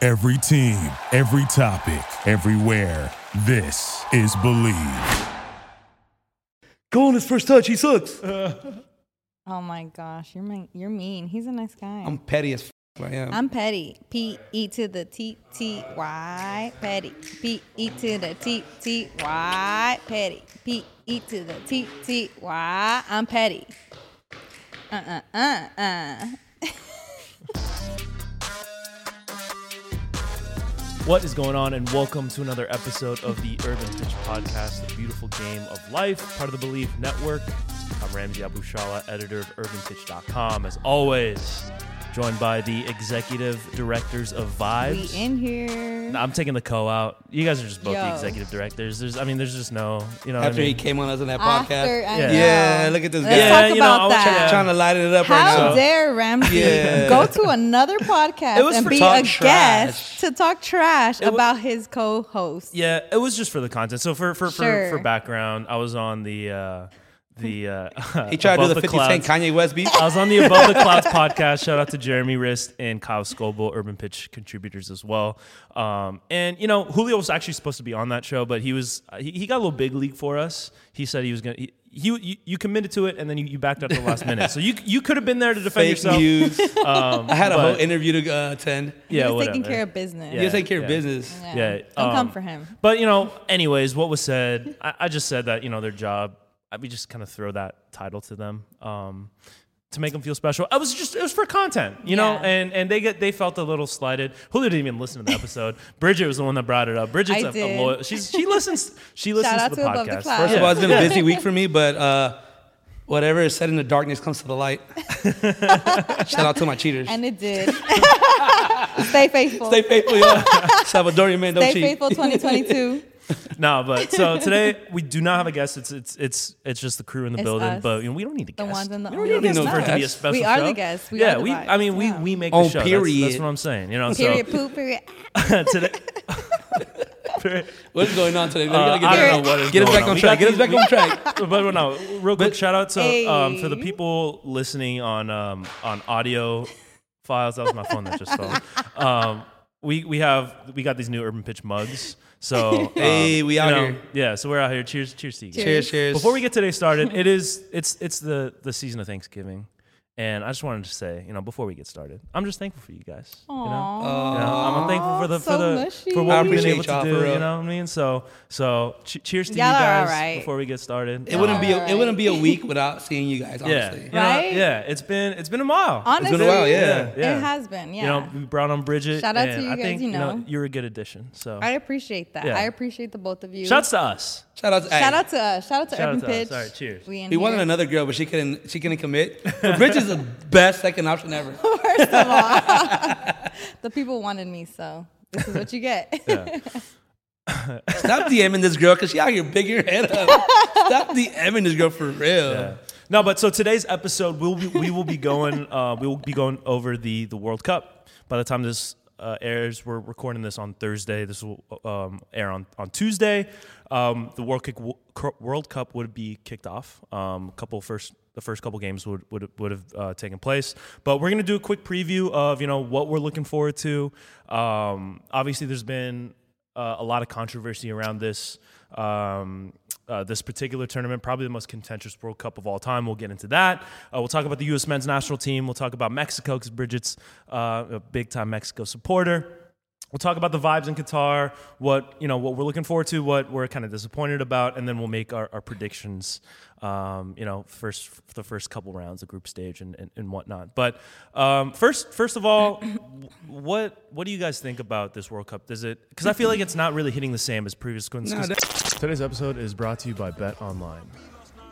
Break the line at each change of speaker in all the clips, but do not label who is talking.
Every team, every topic, everywhere. This is Believe.
Go on his first touch. He sucks.
Oh my gosh, you're my, you're mean. He's a nice guy.
I'm petty as f- I am.
I'm petty. P E to the T T Y. Petty. P E to the T T Y. Petty. P E to the T T Y. I'm petty. Uh uh uh uh.
What is going on, and welcome to another episode of the Urban Pitch Podcast, the beautiful game of life, part of the Believe Network. I'm Ramsey Abushala, editor of UrbanPitch.com. As always, joined by the executive directors of
We
Vibes.
in here.
Nah, I'm taking the co out. You guys are just both
Yo.
the executive directors. There's, I mean, there's just no, you know. what
After
I
he
mean?
came on us in that
After,
podcast,
I
Yeah.
know.
Yeah, look at this
Let's
guy. Yeah,
talk
you know, I
about
was
that.
trying
trying to light it up right
How
now.
dare Ramsey
Yeah.
go to another podcast
It was
and
for
be
talk
a guest
trash.
to talk trash
wa-
about his co-host?
Yeah, it was just for the content. So for for
Sure.
for, for background, I was on the uh, the. Uh,
he tried to do
Above
the 50
Clouds. Uh,
Cent Kanye West beat.
I was on the Above the Clouds podcast. Shout out to Jeremy Rist and Kyle Scoble, Urban Pitch contributors as well. Um, and you know, Julio was actually supposed to be on that show, but he was he, he got a little big league for us. He said he was gonna. He, he, you, you committed to it and then you, you backed out the last minute. So you you could have been there to defend
Fake
yourself.
news. I had a
um, but-
whole interview to uh, attend.
Yeah,
he was taking
whatever.
care of business.
You
Yeah,
gotta take care
yeah.
of business.
Yeah.
Don't come
um,
for him.
But you know, anyways, what was said, I, I just said that you know their job. I, we just kind of throw that title to them um, to make them feel special. I was just it was for content, you know,
Yeah.
and and they get they felt a little slighted. Julio didn't even listen to the episode. Bridget was the one that brought it up. Bridget's
I
a, a
did.
loyal. She's she listens. She listens
out
to the
to Above the
podcast.
Clouds.
First of
Yeah.
all, it's been a busy week for me, but uh, whatever is said in the darkness comes to the light. Shout out to my cheaters.
And it did. Stay faithful.
Stay faithful, y'all. Salvadorian man, don't
Stay
cheat.
faithful 2022.
no, but so today we do not have a guest. It's it's it's it's just the crew in the
It's
building.
us.
But you know, we don't need a guest.
ones and the
we don't need a
onlys.
guest
No
for it to be a
guests.
special
We are the
show.
guests. We
yeah,
are the
we.
vibes.
I mean, we
Yeah.
we make
On
the show. That's- That's,
Oh, period.
what I'm saying. You know,
period
so
poop, period.
today.
What is going on
Uh,
today? We gotta
I
get
don't know what is
get us
going
back
on.
on
We
track.
got
Get us back
these-
on track.
but but no, real quick shout out to um, for the
Hey.
people listening on um, on audio files. That was my phone that just fell. Um, we we have we got these new Urban Pitch mugs. So um,
Hey, we
you
out
know,
here.
Yeah, so we're out here. Cheers, cheers to you. guys.
Cheers, cheers.
Before we get today started, it is it's it's the the season of Thanksgiving, and I just wanted to say, you know, before we get started, I'm just thankful for you guys. You know?
Aw.
You know, I'm thankful for the for
so
the
mushy.
for what
I
we've been
appreciate
able to
y'all,
do.
for real.
You know what I mean? So so che- cheers to
Y'all
you
are
guys
alright.
before we get started.
It wouldn't be a,
Alright.
it wouldn't be a week without seeing you guys.
yeah,
Honestly,
You know,
Right?
yeah. It's been it's been a while.
Honestly,
been a while, yeah.
Yeah.
It has been, yeah.
You know, we brought on Bridget.
Shout out to
and
you
I
guys,
think,
you
know,
know.
you're a good addition. So
I appreciate that.
Yeah.
I appreciate the both of you.
shouts to us.
shout out,
Shout
hey,
out to us. Shout out to
Shout out
Urban
to us.
Pitch.
All right, cheers.
We, in
We
here.
wanted another girl, but she couldn't. She couldn't commit. But Bridge is the best second option ever.
First of all, the people wanted me, so this is what you get.
Stop DMing this girl because she out here bigging her head up. Stop DMing this girl for real.
Yeah. No, but so today's episode, we'll be, we will be going uh, we will be going over the the World Cup. By the time this uh, airs, we're recording this on Thursday. This will um, air on on Tuesday. Um, the World Cup World Cup would be kicked off. Um, a couple first the first couple games would would would have uh, taken place. But we're gonna do a quick preview of you know what we're looking forward to. Um, obviously, there's been uh, a lot of controversy around this um, uh, this particular tournament, probably the most contentious World Cup of all time. We'll get into that. Uh, we'll talk about the U.S. men's national team. We'll talk about Mexico because Bridget's uh, a big time Mexico supporter. We'll talk about the vibes in Qatar, what you know, what we're looking forward to, what we're kind of disappointed about, and then we'll make our, our predictions. Um, you know, first for the first couple rounds, the group stage, and, and, and whatnot. But um, first, first of all, what what do you guys think about this World Cup? Does it? Because I feel like it's not really hitting the same as previous ones.
No, that-
Today's episode is brought to you by Bet Online.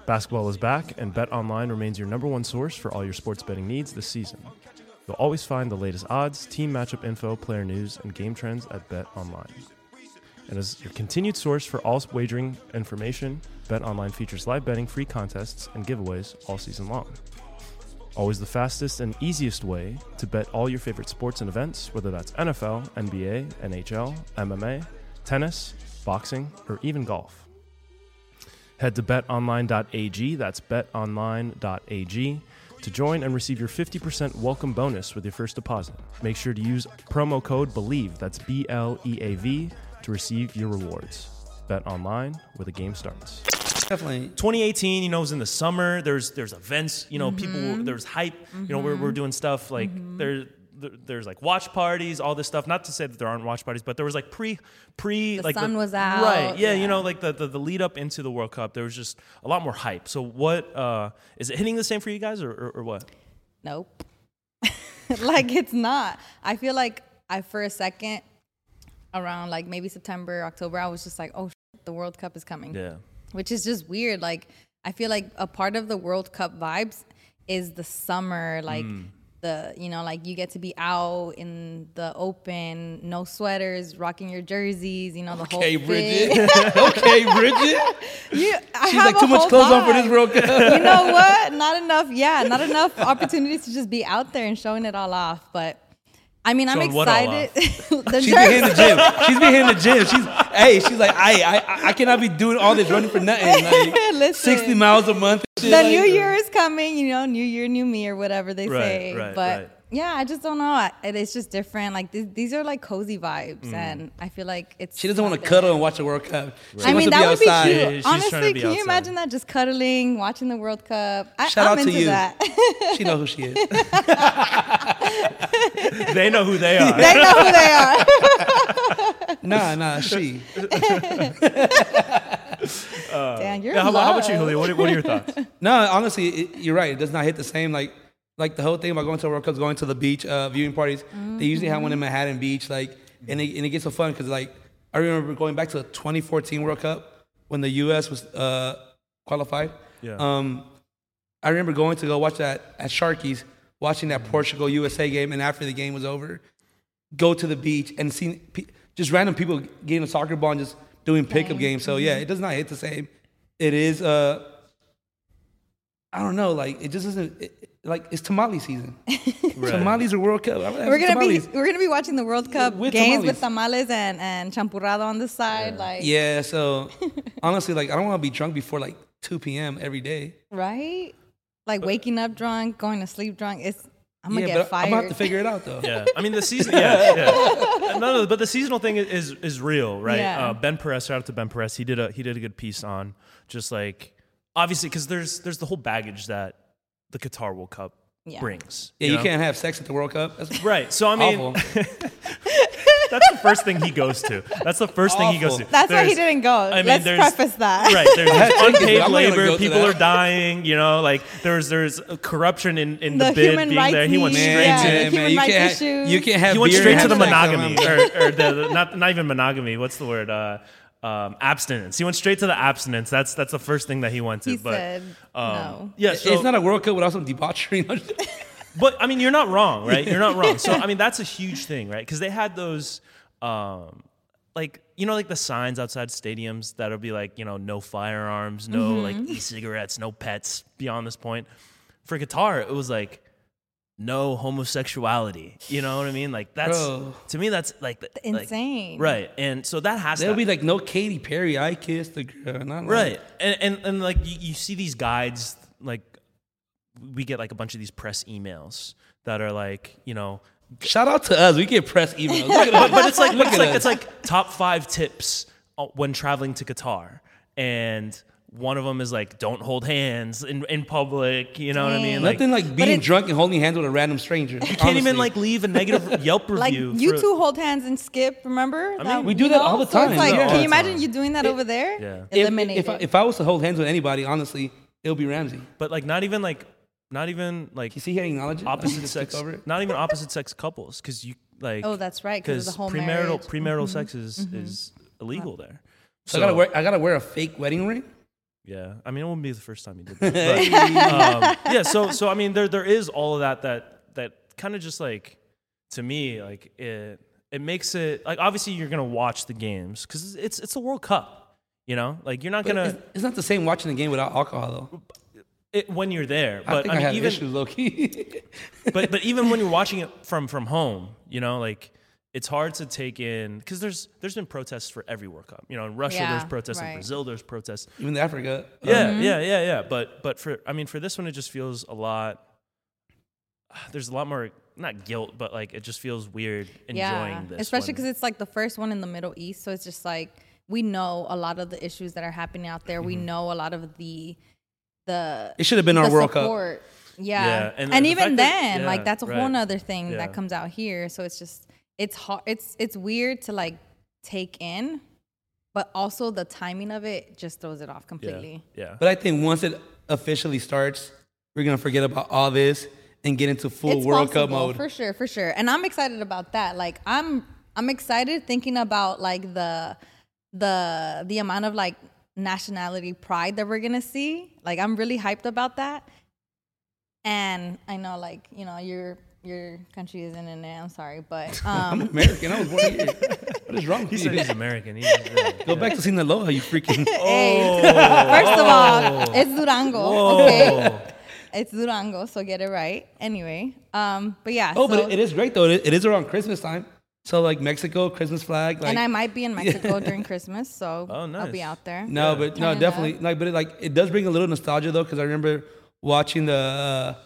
Basketball is back, and Bet Online remains your number one source for all your sports betting needs this season. You'll always find the latest odds, team matchup info, player news, and game trends at Bet Online. And as your continued source for all wagering information, Bet Online features live betting, free contests, and giveaways all season long. Always the fastest and easiest way to bet all your favorite sports and events, whether that's NFL, NBA, NHL, MMA, tennis, boxing, or even golf. Head to betonline.ag, that's betonline.ag, to join and receive your 50% welcome bonus with your first deposit. Make sure to use promo code BELIEVE, that's B L E A V, to receive your rewards. Bet online where the game starts.
Definitely.
2018, you know, it was in the summer. There's there's events, you know,
Mm-hmm.
people there's hype. You know, we're, we're doing stuff like there there there's like watch parties, all this stuff. Not to say that there aren't watch parties, but there was like pre pre
The
like
sun was out,
right? Yeah, you
yeah.
know, like the, the the lead up into the World Cup, there was just a lot more hype. So what uh is it hitting the same for you guys or or, or what?
Nope. like it's not. I feel like I for a second around like maybe September, October, I was just like, oh, shit, the World Cup is coming.
Yeah,
which is just weird. Like I feel like a part of the World Cup vibes is the summer, like
Mm.
the you know, like you get to be out in the open, no sweaters, rocking your jerseys, you know, the
Okay,
whole thing.
Bridget. okay, Bridget.
You, I
She's
have
like
a
too much
whole
clothes on for this
vibe.
World Cup.
You know what? Not enough. Yeah, not enough opportunities to just be out there and showing it all off. But I mean, I'm
Showing what all
excited. the
She's been hitting
jersey.
the gym. She's been hitting the gym. She's hey, she's like, hey, I, I I cannot be doing all this running for nothing. Like,
Listen.
sixty miles a month. and shit
the
like-
new year is coming, you know, new year, new me, or whatever they
Right,
say.
right,
but
right.
yeah, I just don't know. I, it- it's just different. Like th- these are like cozy vibes,
Mm.
and I feel like it's.
She doesn't want to
something.
cuddle and watch the World Cup. She
I
wants
mean,
to be
that would be
outside.
Yeah,
cute.
she's trying to
Honestly,
be
can you
outside.
imagine that? Just cuddling, watching the World Cup. I,
Shout
I'm
out to
into
you.
that.
She knows who she is.
they know who they are.
they know who they are.
Nah, nah, she.
Damn, you're
Yeah, how,
in
about- how about you,
love.
Julio? What are, what are your thoughts?
No, honestly, it, you're right. It does not hit the same. Like, like the whole thing about going to a World Cup, going to the beach, uh, viewing parties. They usually have one in Manhattan Beach, like, and it, and it gets so fun because like I remember going back to the 2014 World Cup when the U.S. was uh, qualified.
Yeah.
Um, I remember going to go watch that at Sharky's, watching that Portugal USA game, and after the game was over, go to the beach and see pe- just random people getting a soccer ball and just doing pickup
Playing.
games. So yeah, it does not hit the same. It is uh, I don't know, like it just isn't it, it- like it's tamale season. Tamales are World Cup. I'm
We're gonna
tamales.
be we're gonna be watching the World Cup
with
games with tamales and and champurrado on the side, like
yeah. So honestly, like I don't want to be drunk before like 2 p.m. every day.
right, like waking up drunk, going to sleep drunk. It's I'm gonna
yeah,
get
but I'm
fired.
gonna have to figure it out though.
Yeah, I mean the season. Yeah, yeah. no, no, but the seasonal thing is is, is real, right?
Yeah.
Uh, ben Perez, shout out to Ben Perez. He did a he did a good piece on just like obviously because there's there's the whole baggage that the Qatar World Cup
Yeah.
brings.
Yeah, you
know?
can't have sex at the World Cup. That's
Right. So I mean,
awful.
that's the first thing he goes to. That's the first thing he goes to.
Awful.
That's why he
There's-
didn't go. Let's
there's-
preface that.
Right, there's
I'm
unpaid
not gonna go
labor.
to
People
that.
are dying. You know, like there's there's corruption in, in the,
The
bid
human
being
rights
there. He went
needs,
straight
yeah.
to
Human
you
rights
can't.
issues.
You can't have.
he went
beer
straight
and
to the
have sex. I'm-
monogamy or, or the, the- not not even monogamy what's the word uh, um, abstinence he went straight to the abstinence that's that's the first thing that he went to
He
but
said
um,
no.
yeah so,
it's not a World Cup without some debauchery.
but i mean you're not wrong right you're not wrong so i mean that's a huge thing right because they had those um, like you know like the signs outside stadiums that'll be like you know no firearms no like e-cigarettes no pets beyond this point for guitar it was like no homosexuality you know what i mean like that's
Bro.
to me that's like the, like-
Insane.
Right. And so that has
They'll
to
be like, no, Katy Perry. I kissed the girl. And I'm like,
right. And and, and like you, you see these guides like we get like a bunch of these press emails that are like, you know,
Shout out to us. We get press emails. Look at
but,
us.
but it's like
Look
it's
at
like
us.
it's like top 5 tips uh, when traveling to Qatar. And one of them is like don't hold hands in, in public, you know what I mean?
Dang.
Like
nothing like being
it-
drunk and holding hands with a random stranger.
you can't even like leave a negative Yelp
Like
review.
you,
for-
two hold hands and skip. Remember? I
we do that all the time.
it's like,
Yeah, all
can
the
you imagine you doing that over there?
Yeah.
if,
Eliminated.
if, I, if I was to hold hands with anybody, honestly, it'll be Ramsey.
but like not even like not even like
You see, he acknowledged it. Like, he
opposite
just took
sex
over it.
not even opposite sex couples because you like
Oh, that's right, 'cause of the whole
premarital
marriage. Mm-hmm.
premarital sex is is illegal there
So, I gotta wear. I gotta wear a fake wedding ring.
yeah i mean it wouldn't be the first time you did that but, um, yeah so so i mean there there is all of that that that kind of just like to me like it it makes it like obviously you're gonna watch the games because it's it's the world cup you know like you're not
It's,
gonna
it's not the same watching the game without alcohol though.
it, when you're there
I
but
think
i,
I,
mean
have
even
issues, low key.
but but even when you're watching it from from home, you know, like it's hard to take in because there's there's been protests for every World Cup. You know, in Russia there's
Yeah,
protests, in
right.
Brazil there's protests.
even Africa.
Mm-hmm.
Yeah, yeah, yeah, yeah. But but for I mean for this one it just feels a lot there's a lot more not guilt, but like it just feels weird enjoying
yeah,
this.
especially
when-
because it's like the first one in the Middle East, so it's just like we know a lot of the issues that are happening out there. We know a lot of the the
It should have been our
the
World Cup.
support. Yeah.
Yeah, and
and,
the
even
fact that-
then, like
yeah,
that's a
right.
whole nother thing
Yeah.
that comes out here. So it's just it's hard. It's it's weird to like take in, but also the timing of it just throws it off completely.
Yeah. yeah.
But I think once it officially starts, we're gonna forget about all this and get into full
it's
World Cup
possible,
mode.
for sure, for sure. And I'm excited about that. Like I'm I'm excited thinking about like the the the amount of like nationality pride that we're gonna see. Like I'm really hyped about that. And I know like, you know, your your country isn't in it. I'm sorry, but um
I'm American. I was born here. what is wrong
He
with
said
you?
he's American. He's American.
Go back to Sinaloa, you freaking.
hey, first of all, it's Durango, okay? It's Durango, so get it right. Anyway, um but yeah.
Oh,
so-
but it is great though. It it is around Christmas time. So like Mexico, Christmas flag. Like
and I might be in Mexico during Christmas, so
Oh,
I'll be
nice.
out there.
no, but
Turn it
no,
up.
definitely. Like, but it, like it does bring a little nostalgia though, because I remember watching the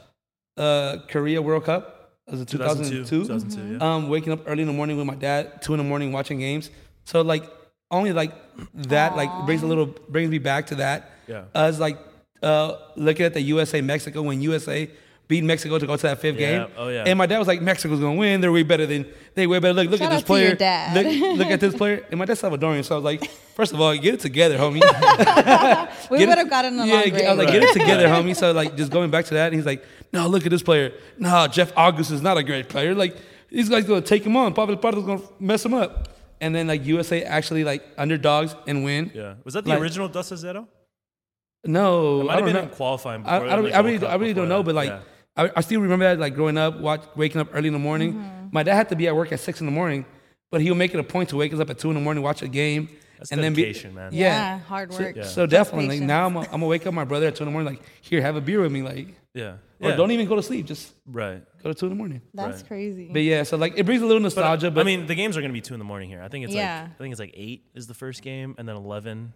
uh, uh, Korea World Cup. It was
2002.
2002.
2002, yeah.
Um, waking up early in the morning with my dad, two in the morning watching games. So like only like that like brings a little brings me back to that.
Yeah.
Us like uh, looking at the USA Mexico when USA beat Mexico to go to that fifth
Yeah,
game.
oh, yeah.
And my dad was like, Mexico's gonna win. They're way better than they way better. Look, look
Shout
at this
out to your
player.
dad.
Look, look at this player. And my dad's Salvadorian, so I was like, first of all, get it together, homie.
We
Get it-
would have gotten along
yeah,
great.
I was like,
Right.
get it together, homie. So like, just going back to that, and he's like, no, look at this player. No, Jeff August is not a great player. Like, these guys gonna take him on. Pablo Pardo's gonna mess him up. And then like USA actually like underdogs and win.
yeah. Was that the
Like-
original Dos a Zero?
No,
Might
I
have
don't
been
know.
in qualifying. before
I, I,
the
don't, I
World
really,
Cup
I really
before
don't know,
that.
but like,
Yeah.
I, I still remember that, like growing up, watch, waking up early in the morning.
Mm-hmm.
My dad had to be at work at six in the morning, but he would make it a point to wake us up at two in the morning, watch a game,
That's
and
dedication,
then
man.
be, yeah.
Yeah, hard
So,
work.
so definitely, like
Patience.
now I'm, I'm gonna wake up my brother at two in the morning, like here, have a beer with me, like,
yeah.
or
yeah.
don't even go to sleep, just
Right.
go to two in the morning.
That's
Right.
crazy.
But yeah, so like it brings a little nostalgia, but,
uh, I mean, the games are going to be two in the morning here. I think it's
Yeah.
like I think it's like eight is the first game, and then eleven,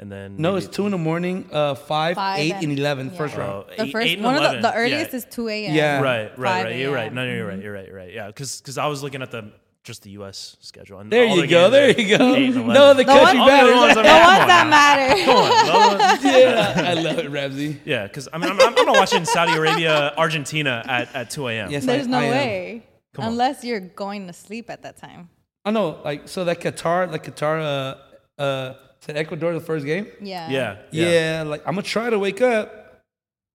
and then
no,
maybe-
it's two in the morning, uh, five,
Five
eight,
and-
and eleven, first
yeah.
round.
Oh,
the
eight-
first
eight and
one of
11.
the, the earliest
Yeah.
is 2 a.m.
Yeah.
right, right,
5
right. You're right.
a.m.
No, you're right. You're right. You're right. Yeah, because I was looking at the just the U.S. schedule. And
There
all
you
the
go,
games
there
are
you go.
eight and
No,
11.
the
The
country
one-
All the
matters.
other
The
ones I'm-
ones that matter.
Come on, the other ones-
Yeah, I love it, Ramsey.
Yeah, because I mean, I'm, I'm, I'm not watching Saudi Arabia, Argentina at, at 2 a.m.
Yes, I-
There's no
I am.
way.
on.
Unless you're going to sleep at that time.
I know, like so that Qatar, like Qatar, uh, uh, said Ecuador the first game.
Yeah.
Yeah, yeah.
Yeah, like I'm gonna try to wake up,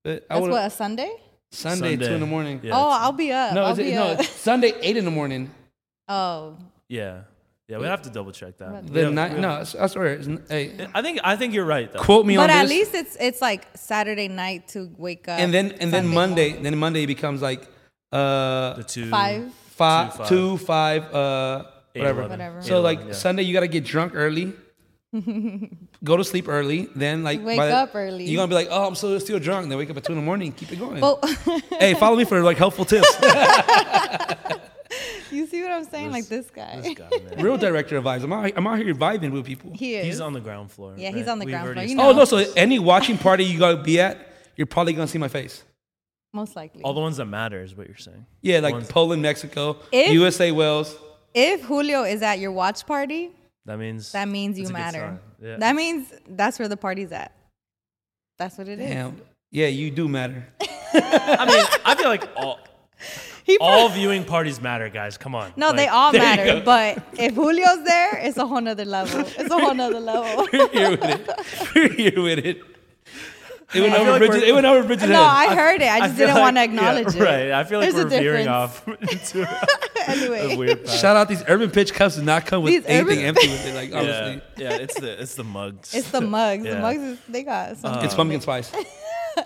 but I
That's
would
what, a Sunday?
Sunday, two in the morning.
Yeah,
oh,
it's-
I'll be up.
No,
I'll
is
be uh,
it, no,
up.
it's Sunday eight in the morning.
oh,
yeah, yeah. We have to double check that.
The
Yeah,
night,
we-
no, I swear, it's, n- hey,
I think I think you're right though.
quote me
but
on
at
this.
least it's it's like Saturday night to wake up.
and then and then
Sunday
Monday,
morning.
then Monday becomes like uh
The two
five.
five,
Two,
two,
five.
five, uh
Eight,
whatever.
11.
Whatever.
So
Eight,
like
11, yeah.
Sunday, you gotta get drunk early. Go to sleep early, then like
Wake
by the-
up early.
You're gonna be like, oh, I'm so still drunk. Then wake up at two in the morning, keep it going.
Well,
hey, follow me for like helpful tips.
you see what I'm saying? like this guy.
This guy, man.
Real director vibes. I'm out, I'm out here vibing with people.
He is.
He's on the ground floor.
Yeah, he's
right?
on the
We've
ground
already
floor, you
established-
Oh no! So any watching party you gotta be at, you're probably gonna see my face.
most likely.
all the ones that matter is what you're saying.
Yeah, like
Ones-
Poland, Mexico,
If-
USA, Wales.
if Julio is at your watch party,
That means
that means you
that's a good
matter.
sign. Yeah.
That means that's where the party's at. That's what it is.
Damn. Yeah, you do matter.
I mean, I feel like all
He pro-
all viewing parties matter, guys. Come on.
no,
Like,
they all
there you
matter.
go.
But if Julio's there, it's a whole nother level. It's a whole nother level.
We're here with it. We're here with it. It went
I feel
over
like
bridges.
we're-
It went over bridges.
No, I heard it. I
I
just
feel
didn't want to
like- yeah,
acknowledge it.
Right. I feel like
There's a
we're veering off
difference.
into a, a
Anyway,
weird path.
Shout out these urban pitch cups do not come with
These
anything
urban-
empty with it. Like
Yeah,
honestly,
yeah, it's the it's the mugs.
it's the mugs.
Yeah. Uh,
The mugs, is, they got something
it's pumpkin spice.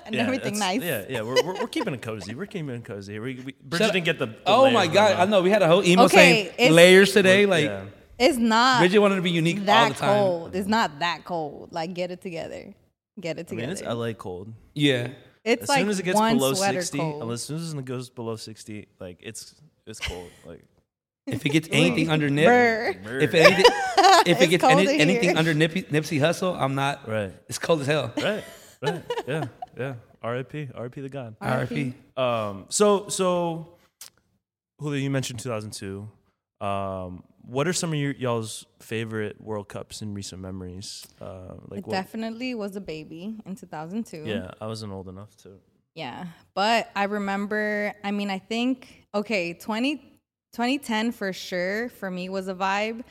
and everything
that's-
nice.
Yeah, yeah, we're, we're, we're keeping it cozy. We're keeping it cozy. We, we, Bridget
Shout-
didn't get the. the
oh
layer
my
from
god!
the-
I know we had a whole email
Okay,
saying
it's-
layers today. Like
Yeah.
It's not
Bridget wanted to be unique all the
that
time.
cold. It's not that cold. Like, get it together. Get it
I mean,
together.
it's LA cold.
Yeah,
It's
As
like
soon as it gets
one
below
sweater
sixty,
cold.
as soon as it goes below sixty, like it's it's cold. Like
if it gets anything under nip,
Brr.
if it anything, if it
It's
gets
cold
any,
in
anything
here.
under Nipsey, Nipsey Hustle, I'm not.
right,
It's cold as hell.
right, right. Yeah, yeah. R.I.P. R.I.P. the God.
RIP.
Um, so so, Julio, you mentioned 2002. Um, what are some of your y'all's favorite World Cups in recent memories? Uh, like
It
what?
definitely was a baby in 2002.
Yeah, I wasn't old enough to.
Yeah. But I remember, I mean, I think, okay, 20, 2010 for sure for me was a vibe.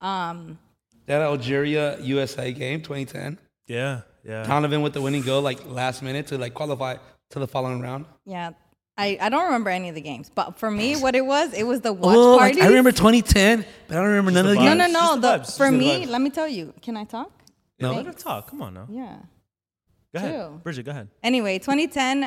Um,
That Algeria USA game 2010.
Yeah, yeah.
Donovan with the winning goal like last minute to like qualify to the following round.
yeah. I, I don't remember any of the games, but for me, what it was, it was the watch
Oh, like,
party.
I remember 2010, but I don't remember none of the
the
No,
games.
no,
It's just
no.
the
The,
vibes,
for
just the
me,
vibes.
let me tell you. Can I talk?
no,
No.
let her talk. Come on now.
Yeah.
Go ahead,
true.
Bridget. Go ahead.
Anyway, 2010,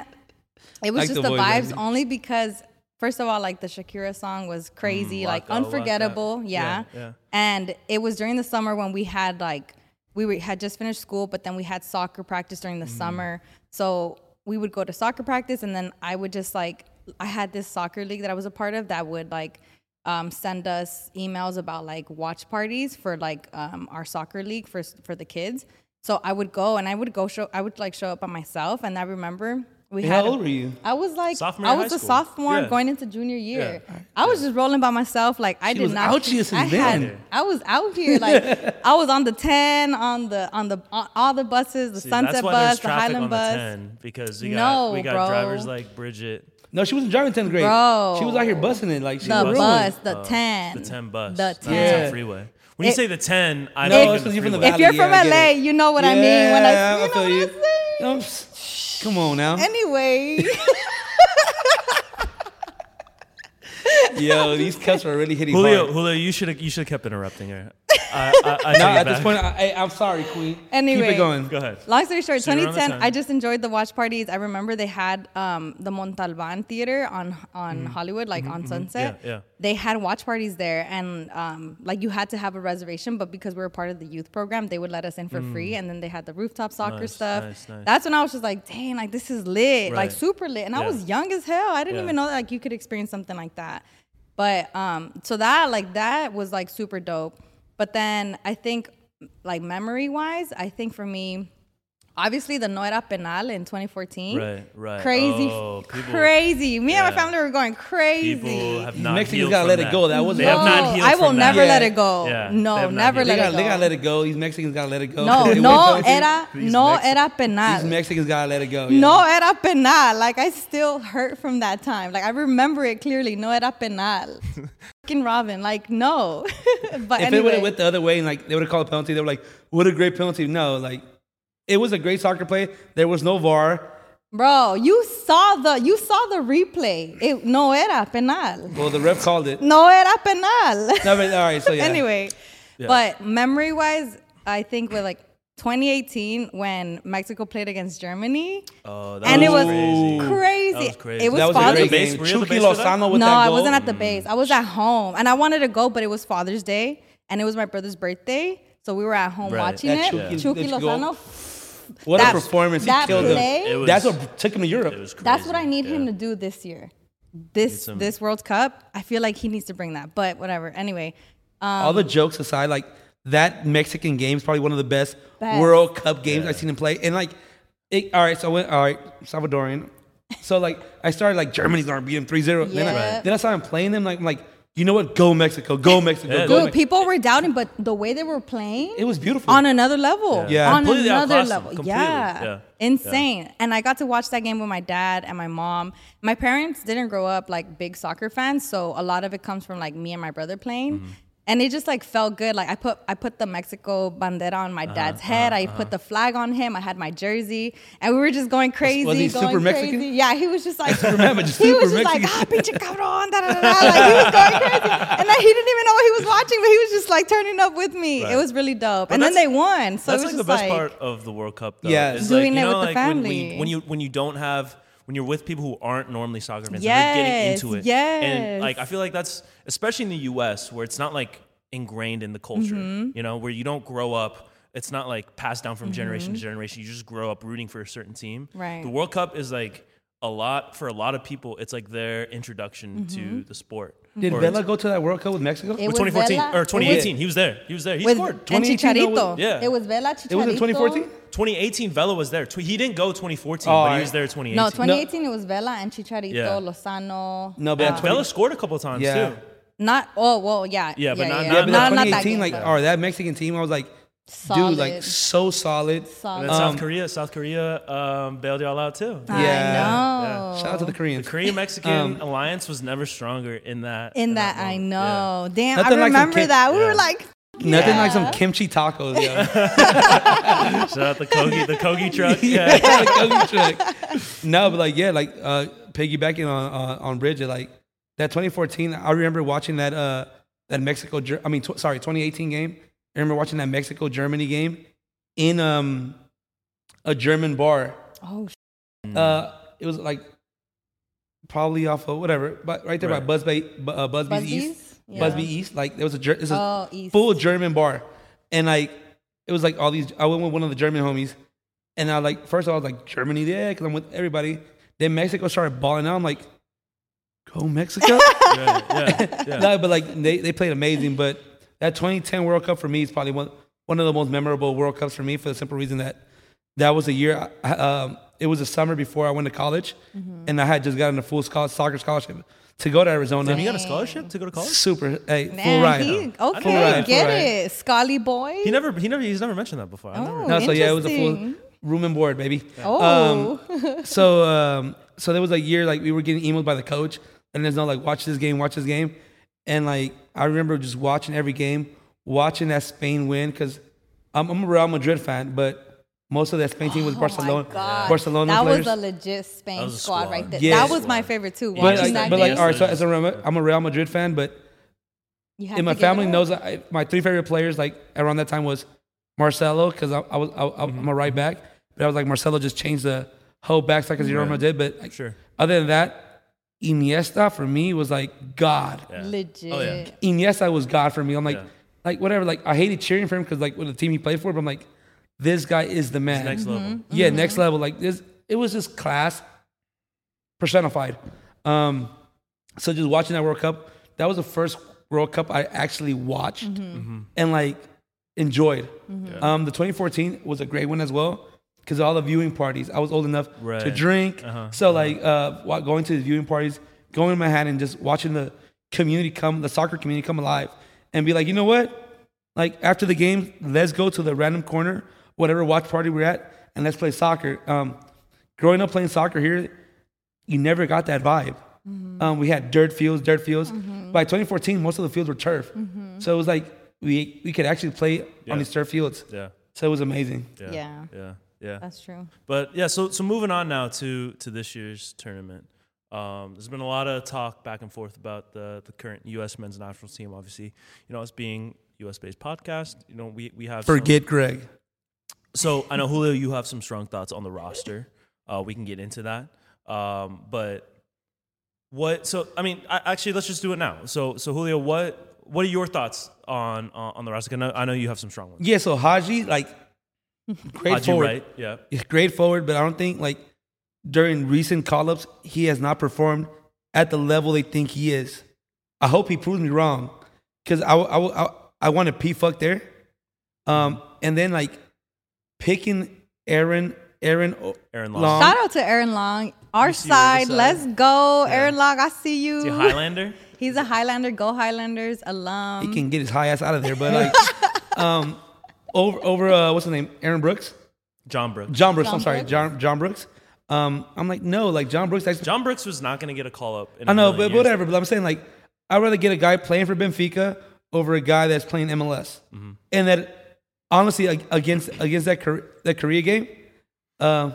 it was
Like
just
the
the,
boys,
vibes
Andy.
only because, first of all, like the Shakira song was crazy,
Mm,
like
Waka, Waka.
unforgettable. Yeah.
Yeah, yeah.
And it was during the summer when we had like, we were, had just finished school, but then we had soccer practice during
Mm.
the summer. So we would go to soccer practice, and then I would just like, I had this soccer league that I was a part of that would like, um, send us emails about like watch parties for like um, our soccer league for for the kids. So I would go and I would go show I would like show up by myself and I remember we
How
had
old were you?
I was like
Sophomore
I
in
was
high
a
school.
sophomore
Yeah.
going into junior year.
Yeah.
I was just rolling by myself like I
She
did
was
not
out here since
I had-
then.
I was out here like I was on the 10 on the on the on all the buses, the
See,
Sunset
that's why
bus,
there's
the
traffic
Highland
on
bus.
the 10 because we got
No,
we got
bro.
drivers like Bridget.
No, she wasn't driving 10th grade.
Bro.
She was out here busting it like she
The
was
bus,
bus.
the 10.
Uh, The 10 bus.
The
not
10.
Yeah.
freeway. When you
It-
say the 10, I
No,
know
it's 'cause you're from the
If
Valley,
you're
yeah,
from
I get
LA,
it.
you know what I mean when I, you know what I'm saying?
I'm saying? Come on now.
Anyway,
Yo, these cuts are really hitting
Julio,
hard.
Julio, you should have you should have kept interrupting her. I, I, I take
No,
it
at this
back.
point, I, I, I'm sorry, Queen. Keep
Anyway.
it going.
go ahead.
long story short,
So you're on the
2010.
10.
I just enjoyed the watch parties. I remember they had um, the Montalban Theater on on Hollywood, like on Sunset.
Mm. Mm-hmm, Yeah, yeah.
They had watch parties there, and um, like you had to have a reservation, but because we were part of the youth program, they would let us in for free. And then they had the rooftop soccer
Mm. Nice,
stuff.
nice, nice.
That's when I was just like, dang, like this is lit, like
Right.
super lit. And I
Yeah.
was young as hell. I didn't
Yeah.
even know that like you could experience something like that. But um, so that like that was like super dope. But then I think like memory wise, I think for me, obviously the No Era Penal in 2014.
Right, right.
Crazy,
Oh, people-
crazy. Me and
yeah.
my family were going crazy.
People have not
Mexicans
healed
gotta
from
let it go. That wasn't-
they have
No,
not healed
I will
from
never
that.
let
Yeah.
it go.
Yeah, they
No,
have not
never
healed.
They
let it
gotta,
go.
they gotta let it go. These Mexicans gotta let it go.
no,
They
no
went crazy.
era,
These
no
Mexi-
era
These
penal.
Mexicans gotta let it go. yeah.
No era penal. Like I still hurt from that time. Like I remember it clearly. No era penal. Fucking Robin. Like no. but anyway,
If it would have went the other way and like they would have called a penalty, they were like, "What a great penalty!" No, like it was a great soccer play. There was no VAR.
bro, you saw the you saw the replay. It no era penal.
Well, the ref called it. No,
No era penal.
but all right. So yeah.
anyway, but memory wise, I think with like 2018 when Mexico played against Germany.
Oh, that
and it was
crazy.
crazy.
That was crazy.
It was,
that was a
Father's
great
Base-
game.
were you at the
Chucky
base for that?
Lozano with
no,
that
I
goal. Mm.
wasn't at the base. I was at home, and I wanted to go, but it was Father's Day, and it was my brother's birthday, so we were at home
Right.
watching
That
it.
Chucky-
Chucky
that
Lozano,
goal- what
that-
a performance!
that
he killed
play-
him.
It was,
That's what took him to Europe.
it was crazy.
that's what I need him
Yeah.
to do this year. This
some-
this World Cup, I feel like he needs to bring that. But whatever. Anyway, um,
All the jokes aside, like that Mexican game is probably one of the best,
Best.
World Cup games I've seen him play. And like, it, all right, so I went, all right, Salvadorian. So like, I started like Germany's gonna beat him 3 0. Then, I-
Yeah.
then I saw him playing them. Like, I'm like, you know what? Go Mexico, go Mexico,
Yeah.
go.
dude,
Mexico.
people were doubting, but the way they were playing,
It was beautiful.
on another level.
Yeah.
on
Completely
another
outclassed them.
level.
Completely.
Yeah.
Yeah.
insane. And I got to watch that game with my dad and my mom. My parents didn't grow up like big soccer fans, so a lot of it comes from like me and my brother playing.
Mm-hmm.
And it just like felt good. Like I put I put the Mexico bandera on
Uh-huh,
my dad's head. I put the flag on him. I had my jersey, and we were just going crazy.
he
going
super
crazy.
Mexican?
Yeah, he was just like
remember, just
he was
super
just like
Mexican.
ah pinche cabrón, da, da, da, da. Like he was going crazy, and then he didn't even know what he was watching, but he was just like turning up with me. It
Right.
was really dope
But
and then they won. So
that's
it
like the
was just
best
like,
part of the World Cup. Though,
Yeah.
is like,
Doing it
you know,
with the
like, When,
family.
when, when you when you don't have when you're with people who aren't normally soccer fans, and they're
Yes,
getting into it.
yes.
and like I feel like that's especially in the U.S. where it's not like ingrained in the culture.
Mm-hmm.
You know, where you don't grow up. It's not like passed down from generation to generation. You just grow up rooting for a certain team.
Mm-hmm. Right.
The World Cup is like a lot for a lot of people. It's like their introduction to the sport.
Did
Or-
Vela go to that World Cup with Mexico?
Mm-hmm. It
With
was
2014
Vela-
or
it was-
2018, he was there. He was there. He
with,
scored.
and
2018 though,
Chicharito.
yeah.
It was Vela Chicharito.
it was in 2014.
2018, Vela was there. Tw- He didn't go 2014,
Oh,
but
I-
he was there 2018.
No, 2018 it was Vela and Chicharito,
Yeah.
Lozano.
No, but
uh,
that's-
Vela scored a couple times
Yeah.
too.
not oh well, yeah,
Yeah, but not-
yeah,
not-
Yeah, but like
not, not that
2018,
game,
like,
but
or that Mexican team, I was like,
solid.
dude, like so solid.
And
solid.
then
Um,
South Korea, South Korea um, bailed y'all out too.
Yeah.
I know.
Shout out to the
The
Koreans.
Korean
Um,
Mexican alliance was never stronger in that.
In that, I
moment.
know. Damn,
Nothing
I
like some
remember
kid-
that. We
yeah.
were like,
Nothing
yeah.
like some kimchi tacos, yo.
Yeah. Shout out the Kogi, the Kogi truck. Yeah.
Like, kimchi trick. No, but like yeah, like uh, piggybacking on uh, on Bridget, like that 2014. I remember watching that uh that Mexico. Ger- I mean, tw- sorry, 2018 game. I remember watching that Mexico Germany game in um a German bar.
oh, sh-
Uh, it was like probably off of whatever, but right there
Right.
by Busby, Bu- uh, Busby's, East,
Busby's? Yeah.
Busby East. Like there was a, Ger- it's a
oh, East.
full German bar, and like it was like all these. I went with one of the German homies, and I like first of all I was like Germany, yeah, because I'm with everybody. Then Mexico started balling out. I'm like, go Mexico.
yeah, yeah, yeah.
no, but like they, they played amazing. But that 2010 World Cup for me is probably one one of the most memorable World Cups for me for the simple reason that that was a year. I- I, um, it was the summer before I went to college,
Mm-hmm.
and I had just gotten a full scho- soccer scholarship to go to Arizona.
And you got a scholarship to go to college?
Super, hey, full
Man,
ride.
he, okay,
full ride,
get
full ride.
it, Scully boy.
He never, he never, he's never mentioned that before. I've never-
Oh.
No, so yeah, it was a full
interesting.
room and board, baby. um,
oh,
so um, so there was a year like we were getting emailed by the coach, and there's no like watch this game, watch this game, and like I remember just watching every game, watching that Spain win because I'm, I'm a Real Madrid fan, but most of that Spain team was Barcelona,
Oh, God.
Barcelona
that
players.
was a legit Spain
That was a
squad
squad.
right there.
Yeah.
That was my favorite too.
but
watching
like,
that
but like,
game.
all right, so as a Real- I'm a Real Madrid fan, but
You have
and my
to give it
family
up.
knows that I, my three favorite players like around that time was Marcelo because I, I was I, I-
Mm-hmm.
I'm a right back, but I was like Marcelo just changed the whole back because you know what I did, but like,
Sure.
Other than that, Iniesta for me was like God.
legit.
Oh, yeah.
Iniesta was God for me. I'm like,
Yeah.
like whatever. Like I hated cheering for him because like with the team he played for, but I'm like, this guy is the man.
Next
Mm-hmm.
level.
Yeah, next level. Like this, it was just class personified. Um, so just watching that World Cup, that was the first World Cup I actually watched and like enjoyed. Um, the 2014 was a great one as well because all the viewing parties. I was old enough to
Right.
drink, so like uh, wa- going to the viewing parties, going to Manhattan, just watching the community come, the soccer community come alive, and be like, you know what? Like after the game, let's go to the random corner, whatever watch party we're at, and let's play soccer. Um, growing up playing soccer here, you never got that vibe. Um, we had dirt fields, dirt fields. By 2014, most of the fields were turf, so it was like we we could actually play
Yeah.
on these turf fields.
Yeah.
So it was amazing.
Yeah.
Yeah.
Yeah. Yeah.
That's true.
But yeah, so so moving on now to to this year's tournament. Um, there's been a lot of talk back and forth about the the current U.S. men's national team. Obviously, you know, us being U.S. based podcast, you know, we we have some-
Greg.
so I know Julio, you have some strong thoughts on the roster. Uh, we can get into that. Um, but what? So I mean, I, actually, let's just do it now. So so Julio, what what are your thoughts on on, on the roster? 'Cause I know, I know you have some strong ones.
Yeah. So Haji, like great
Haji
forward,
Wright, yeah,
He's great forward, but I don't think like during recent call ups he has not performed at the level they think he is. I hope he proves me wrong because I I, I, I want to p fuck there, um, and then like picking Aaron Aaron O-
Aaron Long.
Long.
Shout out to Aaron Long,
UC
our
Riverside.
side. Let's go, Aaron Long. I see you.
Is he a Highlander.
He's a Highlander. Go Highlanders alum.
he can get his high ass out of there, but like um, over over uh, what's his name Aaron Brooks
John Brooks.
John Brooks
John
I'm sorry
Brooks.
John John Brooks. Um, I'm like no like John Brooks actually
John Brooks was not going to get a call up. In
I
a
know,
million
but
years.
whatever. But I'm saying like I'd rather get a guy playing for Benfica over a guy that's playing MLS.
Mm-hmm.
And that honestly ag- against against that Korea, that Korea game, uh,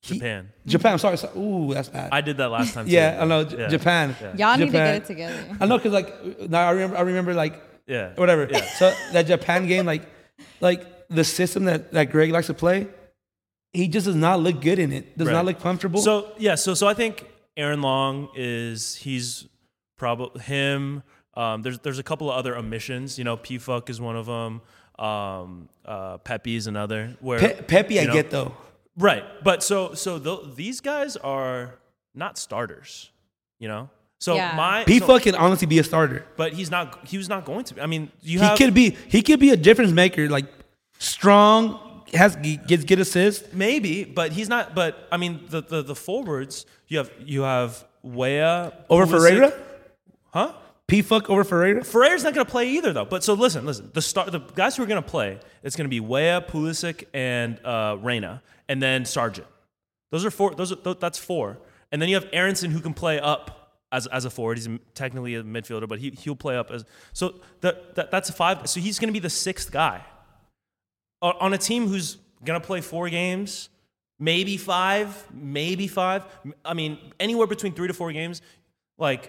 he-
Japan.
Japan. I'm sorry, sorry. Ooh, that's bad.
I did that last time.
yeah,
too.
I know J-
Yeah.
Japan.
Y'all need to
Japan.
get it together.
I know because like now I remember I remember like
Yeah.
whatever.
Yeah.
So that Japan game, like like the system that that Greg likes to play, he just does not look good in it. Does
Right.
not look comfortable.
So yeah, so so I think Aaron Long is he's probably him. Um, there's there's a couple of other omissions. You know, P Fuck is one of them. Um, uh, Pepe is another. Where
Pe- Pepe, I
you know-
get though.
right, but so so tho- these guys are not starters. You know, So
Yeah.
my
He
so-
fucking honestly be a starter.
but he's not. He was not going to. be. I mean, you
He
have
could be he could be a difference maker. Like strong, has he gets get assists.
maybe, but he's not. But I mean, the the, the forwards you have you have Wea
Over
Pulisic-
Ferreira?
huh?
P fuck over Ferreira.
Ferreira's not going to play either, though. But so listen, listen. The star, the guys who are going to play, it's going to be Wea, Pulisic, and uh, Reyna, and then Sargent. Those are four. Those are th- that's four. And then you have Aronson who can play up as as a forward. He's m- technically a midfielder, but he he'll play up as so that, that that's five. So he's going to be the sixth guy O- on a team who's going to play four games. Maybe five, maybe five. M- I mean, anywhere between three to four games. Like,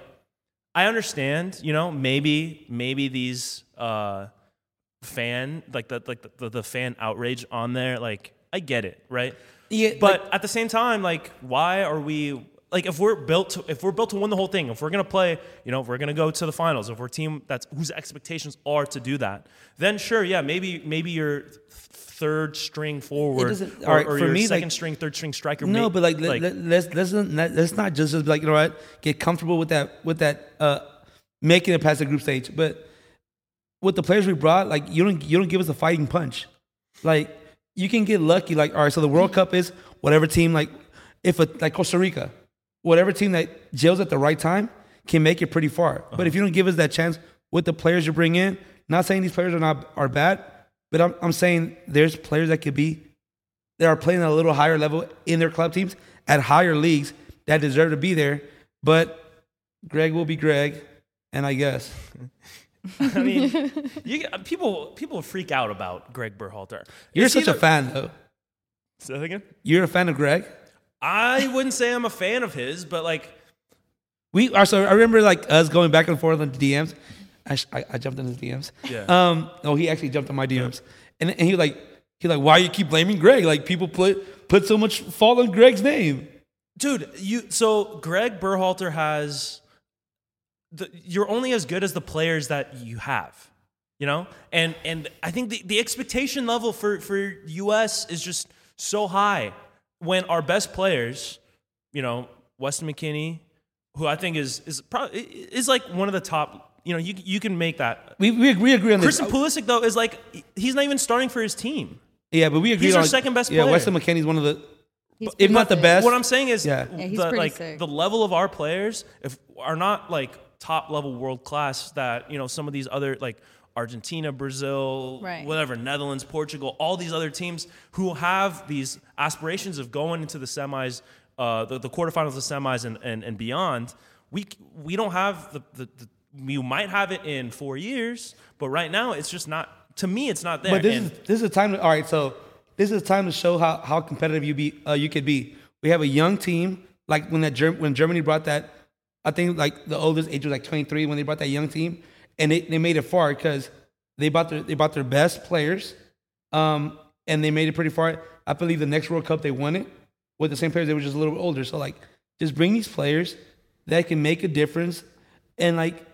I understand, you know, maybe maybe these uh fan like the like the, the fan outrage on there, like I get it, right?
Yeah,
But at the same time, like why are we like if we're built to, if we're built to win the whole thing, if we're gonna play, you know, if we're gonna go to the finals, if we're a team that's whose expectations are to do that, then sure, yeah, maybe maybe your th- third string forward
doesn't-
or,
all right,
or
for
your
me, like-
second string, third string striker. may-
No, but like, let, let, let's let's not, let's not just, just be like you know what get comfortable with that with that uh making it past the group stage. But with the players we brought, like you don't you don't give us a fighting punch. Like you can get lucky. Like all right, so the World Cup is whatever team like if a like Costa Rica, whatever team that gels at the right time can make it pretty far. But if you don't give us that chance with the players you bring in, not saying these players are not are bad, but I'm I'm saying there's players that could be that are playing at a little higher level in their club teams at higher leagues that deserve to be there. But Greg will be Greg, and I guess
I mean, you, people people freak out about Greg Berhalter.
you're
Is he
such a
the-
fan though.
Say that again?
You're a fan of Greg.
I wouldn't say I'm a fan of his, but like,
We are so I remember like us going back and forth on DMs. I, sh- I, I jumped in his DMs.
Yeah.
Um. No, he actually jumped on my DMs, and and he like he like why you keep blaming Greg? Like people put put so much fault on Greg's name.
dude, you so Greg Berhalter has the, you're only as good as the players that you have, you know, and and I think the, the expectation level for for U.S. is just so high when our best players, you know, Weston McKinney, who I think is is probably is like one of the top. You know, you you can make that.
We we, we agree on this.
Christian Pulisic though is like he's not even starting for his team.
yeah, but we agree.
He's our
on-
second best
Yeah,
player.
Weston McKinney's one of the
He's
if not the
pretty good.
best.
What I'm saying is,
Yeah.
the,
Yeah,
he's pretty
like
sick.
the level of our players if are not like top level world class that you know some of these other like Argentina, Brazil,
Right.
whatever, Netherlands, Portugal, all these other teams who have these aspirations of going into the semis, uh, the, the quarterfinals, the semis, and, and, and beyond. We c- we don't have the, the, the we might have it in four years, but right now it's just not. To me, it's not there.
But this
And-
is this is a time. To, all right, so this is a time to show how how competitive you be uh, you could be. We have a young team. Like when that Germ- when Germany brought that, I think like the oldest age was like 23 when they brought that young team, and they, they made it far because they bought their they bought their best players, um, and they made it pretty far. I believe the next World Cup they won it with the same players. They were just a little bit older. So like, just bring these players that can make a difference, and like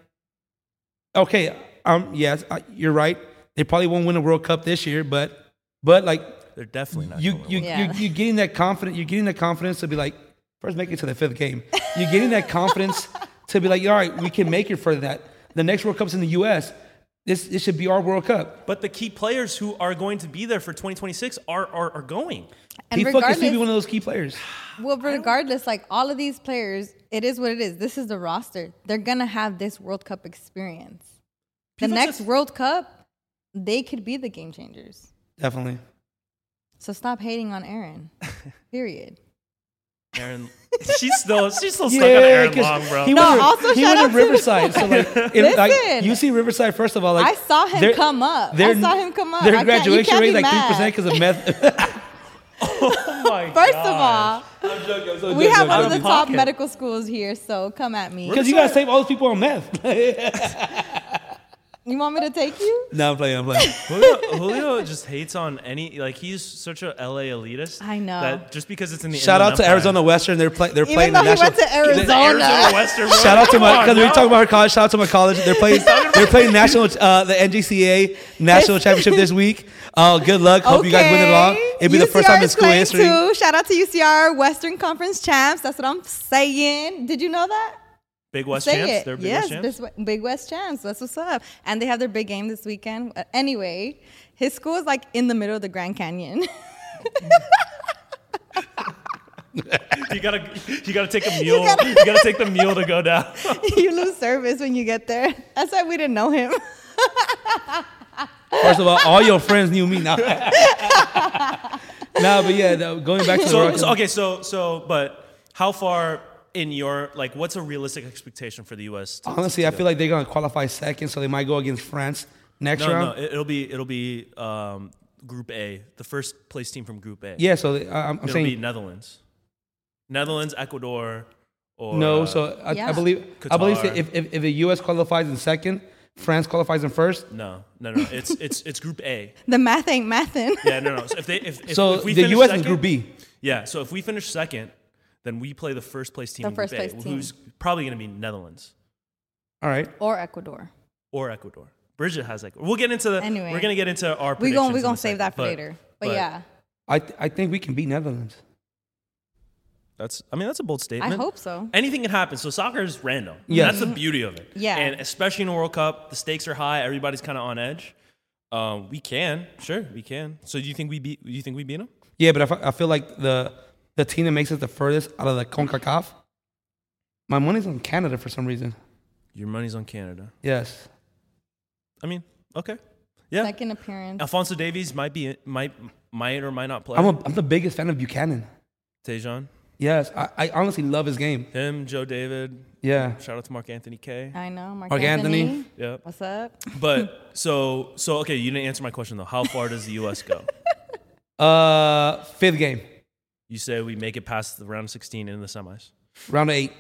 okay, um, yes, I- you're right. They probably won't win a World Cup this year, but but like
they're definitely not.
you
going
you
away.
Yeah.
you you getting that confidence. You're getting that confidence to be like first make it to the fifth game. You're getting that confidence to be like all right, we can make it for that. The next World Cup's in the U.S. This this should be our World Cup.
But the key players who are going to be there for 2026 are are, are going.
And
he fucking
regardless,
should be one of those key players.
well, regardless, like all of these players, it is what it is. This is the roster. They're gonna have this World Cup experience. The
People
next
just-
World Cup, they could be the game changers.
Definitely.
So stop hating on Aaron. Period.
Aaron, she's still she's still stuck on
Yeah,
Aaron
'cause
Long, bro.
he
No,
went to,
also
he
shout
went
out
to
to-
Riverside. so like, if, like,
Listen.
you see Riverside first of all. Like
I saw him
their-
come up. I
their-
saw him come up.
Their
I can't- you
graduation
can't
rate
be
like three percent
mad.
because of meth.
oh my
First
gosh.
of all, we have one of the
joking.
top
Pocket.
medical schools here, so come at me.
Because you gotta save all those people on meth.
You want me to take you?
no, I'm playing. I'm playing.
Julio, Julio just hates on any like he's such a LA elitist.
I know.
That just because it's in the
Shout out
Inland
to
Empire-
Arizona Western. They're, play, they're
Even
playing
though he
the national.
went to
The Arizona
Arizona.
Western. bro.
Shout out to my
Come on,
because we
bro.
talking about our college. Shout out to my college. They're playing. they're playing national. Uh, the NGCA national championship this week. Uh, good luck. Hope you guys win it all. It'll be the first
UCR
time in
is
school
playing
history.
Too. Shout out to UCR Western Conference champs. That's what I'm saying. Did you know that?
Big West
Say
champs.
it.
They're Big
yes,
West champs.
this wa- Big West champs. That's what's up. And they have their big game this weekend. Uh, anyway, his school is like in the middle of the Grand Canyon.
you gotta you gotta take a mule. You gotta,
gotta-
take the mule to go down.
you lose service when you get there. That's why we didn't know him.
First of all, all your friends knew me now. nah, but yeah, no, going back to the
so,
Rock-
so- okay, so so but how far in your like what's a realistic expectation for the U.S. To,
Honestly, I feel like they're gonna qualify second, so they might go against France next
no,
round.
no, it, will be it'll be um, Group A, the first place team from Group A.
Yeah, so they, I, I'm I'm
it'll
saying
be Netherlands, Netherlands, Ecuador, or
no.
uh,
So I,
Yeah.
I believe I believe
Qatar.
if, if if the U.S. qualifies in second, France qualifies in first.
no, no, no. It's it's it's Group A.
The math ain't mathin'.
Yeah, no, no. So if they if, if,
So
if we
the
finish
U.S.
second,
in Group B.
Yeah, so if we finish second, then we play the first place team.
The
in Group
first
A,
place team.
who's probably going to be Netherlands
All right.
Or Ecuador.
or Ecuador. Bridget has like we'll get into the
Anyway.
we're gonna get into our
We're
predictions.
going we're
in
going
a
to
second,
save that for later. But, yeah,
I th- I think we can beat Netherlands.
that's I mean that's a bold
I
statement.
hope so.
Anything can happen. So soccer is random. Yeah,
Yes.
that's the beauty of it.
Yeah.
and especially in a World Cup, the stakes are high. Everybody's kind of on edge. Um, we can, sure, we can. So do you think we beat? Do you think we beat them?
Yeah, but I fe- I feel like the the team that makes it the furthest out of the CONCACAF, my money's on Canada for some reason.
Your money's on Canada.
Yes.
I mean, okay, yeah.
Second appearance.
Alfonso Davies might be might might or might not play.
I'm, a, I'm the biggest fan of Buchanan.
Tejan,
Yes, I, I honestly love his game.
him, Joe David.
Yeah.
Shout out to Mark Anthony K.
I know. Mark,
Mark
Anthony.
Anthony.
Yeah.
What's up?
But so so okay, you didn't answer my question though. How far does the U.S. go?
Uh, fifth game,
You say we make it past the round of 16 in the semis.
round of eight.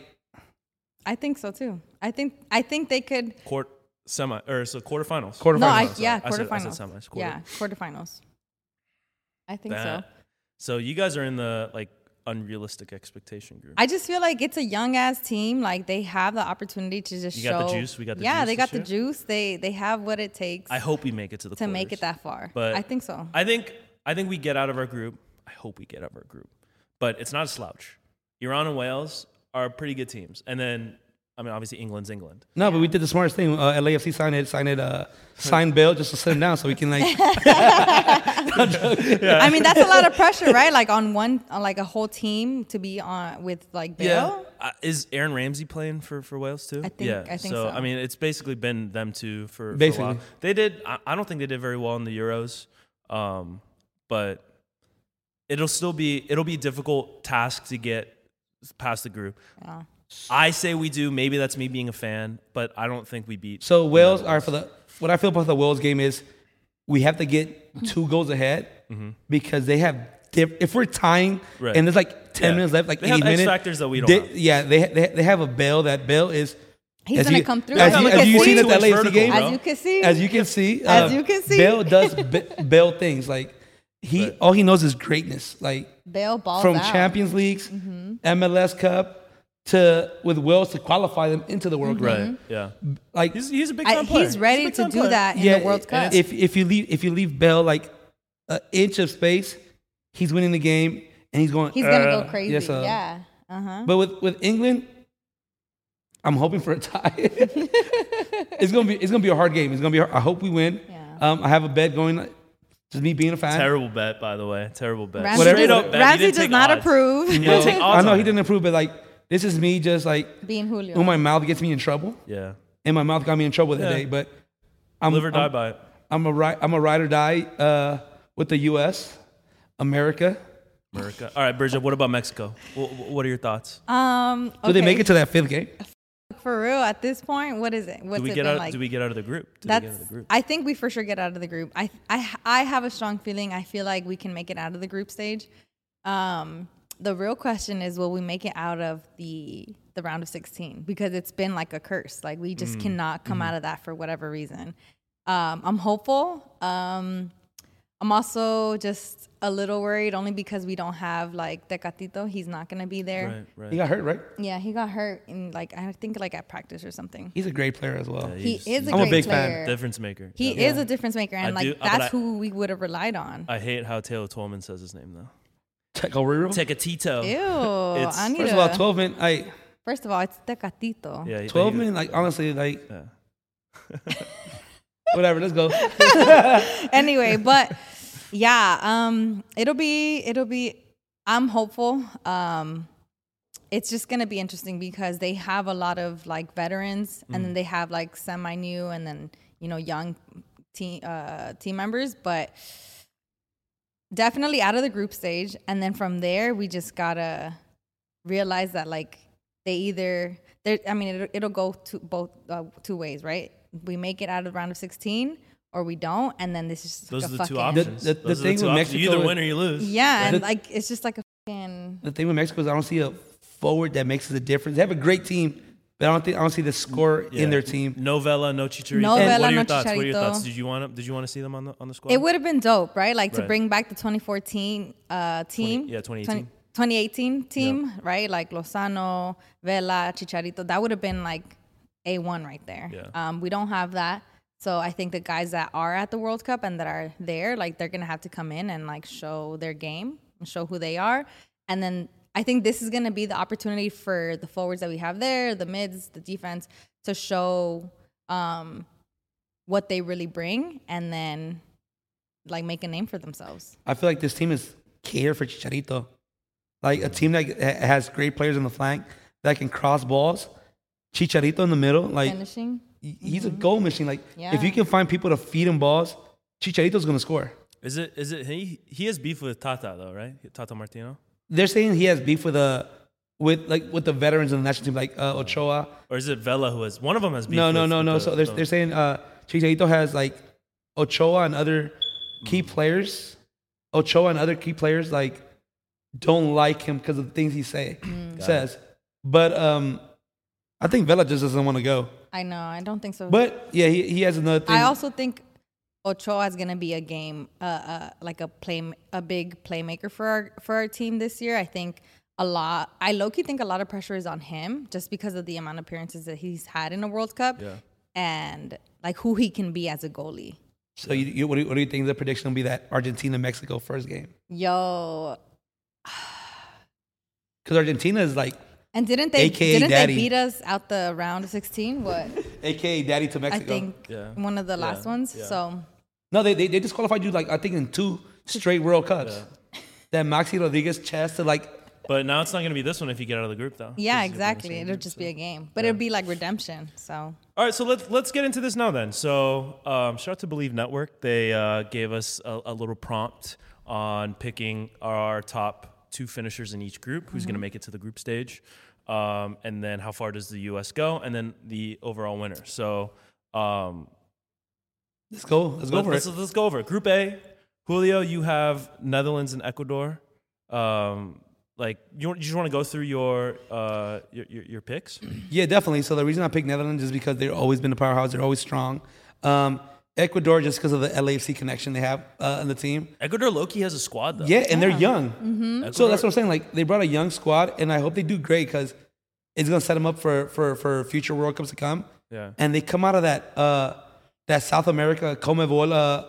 I think so too. I think I think they could
Quart semi or so quarterfinals.
Quarterfinals.
No, I,
Quarterfinals,
yeah,
I said-
quarterfinals.
I said semis, quarter.
Yeah, quarterfinals. I think so.
That- So you guys are in the like unrealistic expectation group.
I just feel like it's a young ass team. Like they have the opportunity to just
You got the
show-
juice, we got the
yeah,
juice
they
this
got
year.
the juice. They they have what it takes
I, hope we make it to the
to make
quarters.
it that far.
But
I think so.
I think I think we get out of our group. I hope we get out of our group. But it's not a slouch. Iran and Wales are pretty good teams. And then I mean obviously England's England.
No, but we did the smartest thing. Uh, LAFC signed it, signed it, uh, signed Bill just to sit him down so we can like.
I mean, that's a lot of pressure, right? Like on one, on like a whole team to be on with like Bill.
Uh, is Aaron Ramsey playing for, for Wales too?
I think-
yeah.
I think so.
I mean, it's basically been them two for, for a while.
Basically.
They did. I, I don't think they did very well in the Euros, um, but it'll still be it'll be a difficult task to get past the group.
Oh.
I say we do. Maybe that's me being a fan, but I don't think we beat.
So Wales are for the. What I feel about the Wales game is, we have to get
Mm-hmm.
two goals ahead because they have. Diff, if we're tying
Right.
and there's like ten
Yeah.
minutes left, like
They
eighty
have X
minutes,
factors that we don't
they-
have.
Yeah, they, they they have a Bell. That Bell is.
He's
as
gonna
you-
come through.
As
Look
you,
at
as you seen at
42
the
is
LAFC
vertical,
game,
bro.
As you can see,
as you can see, uh,
As you can see.
Bell does B- Bell things like he all he knows is greatness, like
Bill balls
from
out.
Champions Leagues,
Mm-hmm.
MLS Cup to with Wales to qualify them into the World Cup.
Right. Yeah.
Like
He's, he's a big
I,
time player.
he's
a
ready
big
to
time
do
player.
that in the World Cup.
If if you leave if you leave Bell like an inch of space, he's winning the game and he's going.
He's gonna
"Uh,
go crazy.
yes, uh."
yeah. Uh huh.
But with with England, I'm hoping for a tie. it's gonna be it's gonna be a hard game. It's gonna be. Hard. I hope we win.
Yeah.
Um, I have a bet going. Just me being a fan.
Terrible bet, by the way. Terrible bet.
Ramsey,
Whatever.
Straight
does,
up bet. You
Ramsey
didn't
does
take
not
odds.
approve
You didn't take
I
odds
know
on
he
it.
didn't approve, but like this is me just like
being Julio.
oh my mouth gets me in trouble,
Yeah.
and my mouth got me in trouble that
Yeah.
day. But I'm
Live or die
I'm,
by it.
I'm a ri- I'm a ride or die uh, with the U.S. America.
America. All right, Bridget. What about Mexico? What, what are your thoughts?
Um, okay.
Do they make it to that fifth game?
for real at this point? What is it? What's
do we
it
get
been
out?
like?
do we get out of the group? Do we get out
That's.
of the group?
I think we for sure get out of the group. I I I have a strong feeling. I feel like we can make it out of the group stage. Um, the real question is, will we make it out of the the round of sixteen? Because it's been like a curse. Like we just cannot come out of that for whatever reason. Um, I'm hopeful. Um, I'm also just a little worried, only because we don't have like Tecatito. He's not going to be there.
Right, right.
He got hurt, right?
Yeah, he got hurt in like I think like at practice or something.
He's a great player as well.
He
He's-
is a
I'm a
great
big fan.
player.
Difference maker.
He
Yeah.
is a difference maker, and
I
like
do- uh, but
that's
I-
who we would have relied on.
I hate how Taylor Twelman says his name though.
Tecoriru.
Take a Tito.
Ew,
It's-
I need
oh, First
a,
of all, twelve man. I
First of all, it's Tecatito.
Yeah, they
Twelve
use-
minutes, like honestly, like
Yeah.
whatever. Let's go.
anyway, but yeah, um, it'll be it'll be. I'm hopeful. Um, it's just gonna be interesting because they have a lot of like veterans, and
Mm.
then they have like semi-new, and then you know young team uh, team members, but. Definitely out of the group stage, and then from there we just gotta realize that like they either there i mean it'll, it'll go to both uh, two ways right we make it out of the round of 16 or we don't and then this is just
Those
like
are
a
the
fucking,
two options.
The- the- the
Those are
thing
two
with
options. You
Mexico
either
is-
win or you lose.
yeah and
The-
like it's just like a fucking
the thing with Mexico is I don't see a forward that makes the difference. They have a great team, but I don't think I don't see the score in their team.
Novella, no Chicharito.
No
what
Vela,
are your
no
thoughts? What are your
Chicharito.
thoughts? Did you want to, did you want to see them on the on the squad?
it would have been dope right like to
Right.
bring back the 2014 uh team
yeah, 2018.
2018 team right like lozano vela chicharito that would have been like a1 right there
Yeah.
um we don't have that so i think the guys that are at the world cup and that are there like they're gonna have to come in and like show their game and show who they are and then i think this is gonna be the opportunity for the forwards that we have there the mids the defense to show um what they really bring and then like make a name for themselves.
I feel like this team is catered for Chicharito, like a team that ha- has great players on the flank that can cross balls. Chicharito in the middle, like
Finishing.
he- he's a goal machine. Like if
Yeah.
you can find people to feed him balls, Chicharito's gonna score.
Is it is it he he has beef with Tata though, right? Tata Martino?
They're saying he has beef with the with like with the veterans in the national team, like uh, Ochoa.
Or is it Vela who has one of them has beef
No,
with
no, no,
with
no.
the-
so they're,
the-
they're saying uh, Chicharito has like Ochoa and other key
Mm.
players. Ochoa and other key players like don't like him because of the things he say
Mm.
says. But um, I think Vela just doesn't want to go.
I know. I don't think so.
But yeah, he, he has another thing.
I also think Ochoa is going to be a game, uh, uh, like a play, a big playmaker for our for our team this year. I think a lot. I low key think a lot of pressure is on him just because of the amount of appearances that he's had in a World Cup,
Yeah.
and like who he can be as a goalie.
so you, you, what, do you, what do you think the prediction will be that Argentina Mexico first game?
Yo,
Because Argentina is like
and didn't they
AKA
didn't
Daddy.
they beat us out the round of sixteen? What
AKA daddy to
I
Mexico.
think
Yeah.
one of the last ones.
Yeah.
So
No, they, they they disqualified you like I think in two straight World Cups. That Maxi Rodriguez chest to like
But now it's not going to be this one if you get out of the group though.
yeah,
This is gonna be the
exactly.
same
It'll
group,
just
so.
be a game, but it'll be like redemption. So
All right, so let's let's get into this now then. So, um, shout out to Believe Network. They uh, gave us a, a little prompt on picking our top two finishers in each group, who's going
Mm-hmm.
to make it to the group stage, um, and then how far does the U.S. go, and then the overall winner. So, um,
let's go let's go
let,
for
us
it.
let's go over it. Group A, Julio, you have Netherlands and Ecuador. Um, like, you, want- you just want to go through your uh, your, your, your picks?
Yeah, definitely. So the reason I picked Netherlands is because they've always been a powerhouse. They're always strong. Um, Ecuador just because of the LAFC connection they have uh, in the team.
Ecuador Loki has a squad though.
Yeah, and they're young. So
Ecuador-
that's what I'm saying. Like they brought a young squad, and I hope they do great because it's gonna set them up for for for future World Cups to come.
Yeah.
And they come out of that uh, that South America Comebol uh,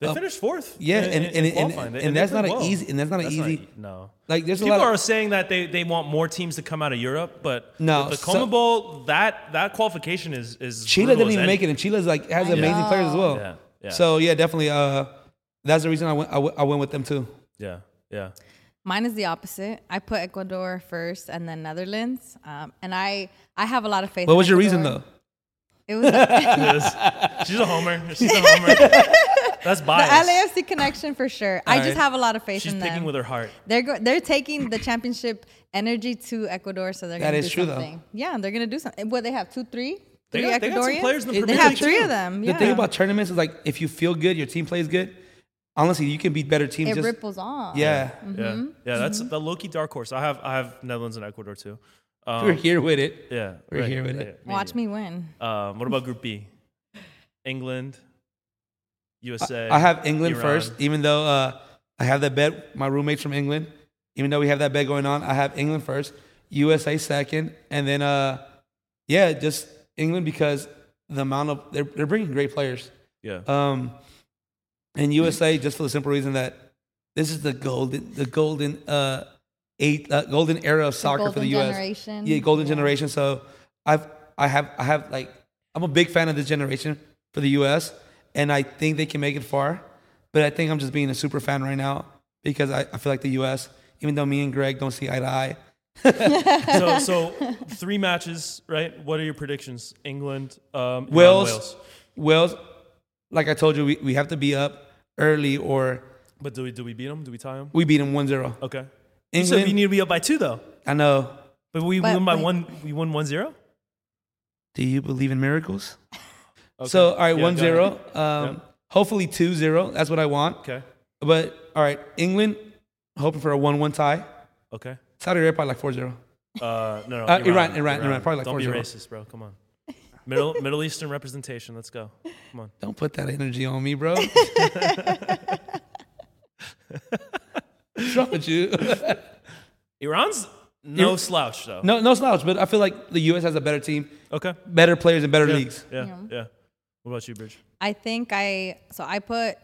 They finished fourth. in-
yeah,
in-
and- and-
in
and-
qualifying. They-
and
they
that's
played
not an easy- and that's not an easy-
e- no.
like there's a
People
lot
are
of,
saying that they, they want more teams to come out of Europe, but
No,
with the
so-
CONMEBOL that that qualification is is
Chile
brutal
didn't
as
even
any.
make it, and Chile's like has amazing
know.
players as well.
Yeah, yeah.
So yeah, definitely. Uh, that's the reason I went. I went- I went with them too.
Yeah, yeah.
Mine is the opposite. I put Ecuador first and then Netherlands. Um, and I, I have a lot of faith.
What
in
was your reason
Ecuador.
though?
It was the
She's a homer. She's a homer. That's biased.
LAFC connection for sure. I just
right.
have a lot of faith
She's
in
picking
them.
with her heart.
they're go- they're taking the championship energy to Ecuador, so they're
That
gonna
is
do
true, though.
something. Yeah, they're gonna do something. What they have two, three,
They
three
got, they got some
Ecuadorians?
players in the
It-
Premier
they
It's
have
really
League,
three
too.
of them.
The
Yeah,
thing about tournaments is like if you feel good, your team plays good. Honestly, you can beat better teams.
it
just,
ripples on.
Yeah,
Yeah, yeah. That's the Loki dark horse. I have I have Netherlands and Ecuador too.
we're here with it.
Yeah,
We're here with it.
Watch me win.
Um, what about Group B? England, USA.
I have England
Iran.
first, even though uh, I have that bet. My roommate's from England. Even though we have that bet going on, I have England first, USA second, and then uh, yeah, just England because the amount of they're, they're bringing great players.
Yeah.
Um, and USA just for the simple reason that this is the golden the golden uh, eight uh, golden era of soccer for
golden
the U.S.
generation.
Yeah, golden
Yeah.
generation. So I've I have I have like I'm a big fan of this generation for the U.S. and I think they can make it far. But I think I'm just being a super fan right now because I, I feel like the U.S. Even though me and Greg don't see eye to eye,
so, so three matches, right? What are your predictions? England, um,
Wales,
Wales.
Wales, like I told you, we, we have to be up early or
But do we do we beat them? Do we tie them?
we beat them 1-0.
Okay. So
England,
we need to be up by two though.
I know.
But we
But
won by
we-
one. We won one zero.
Do you believe in miracles? So, all right,
Yeah,
one
got
zero.
it.
Um,
Yeah.
Hopefully two zero. That's what I want.
Okay.
But, all right, England, hoping for a 1-1 tie.
Okay.
Saudi Arabia probably like 4-0.
Uh, no, no.
Uh, Iran, Iran, Iran, probably like
Don't be
4-0.
racist, bro. Come on. Middle Middle Eastern representation. Let's go. Come on.
Don't put that energy on me, bro. What's wrong with you?
Iran's no
Ir-
slouch though.
no, no slouch, but I feel like the U.S. has a better team,
Okay.
better players, and better
Yeah.
leagues.
Yeah. Yeah.
Yeah.
What about you, Bridge?
I think I so I put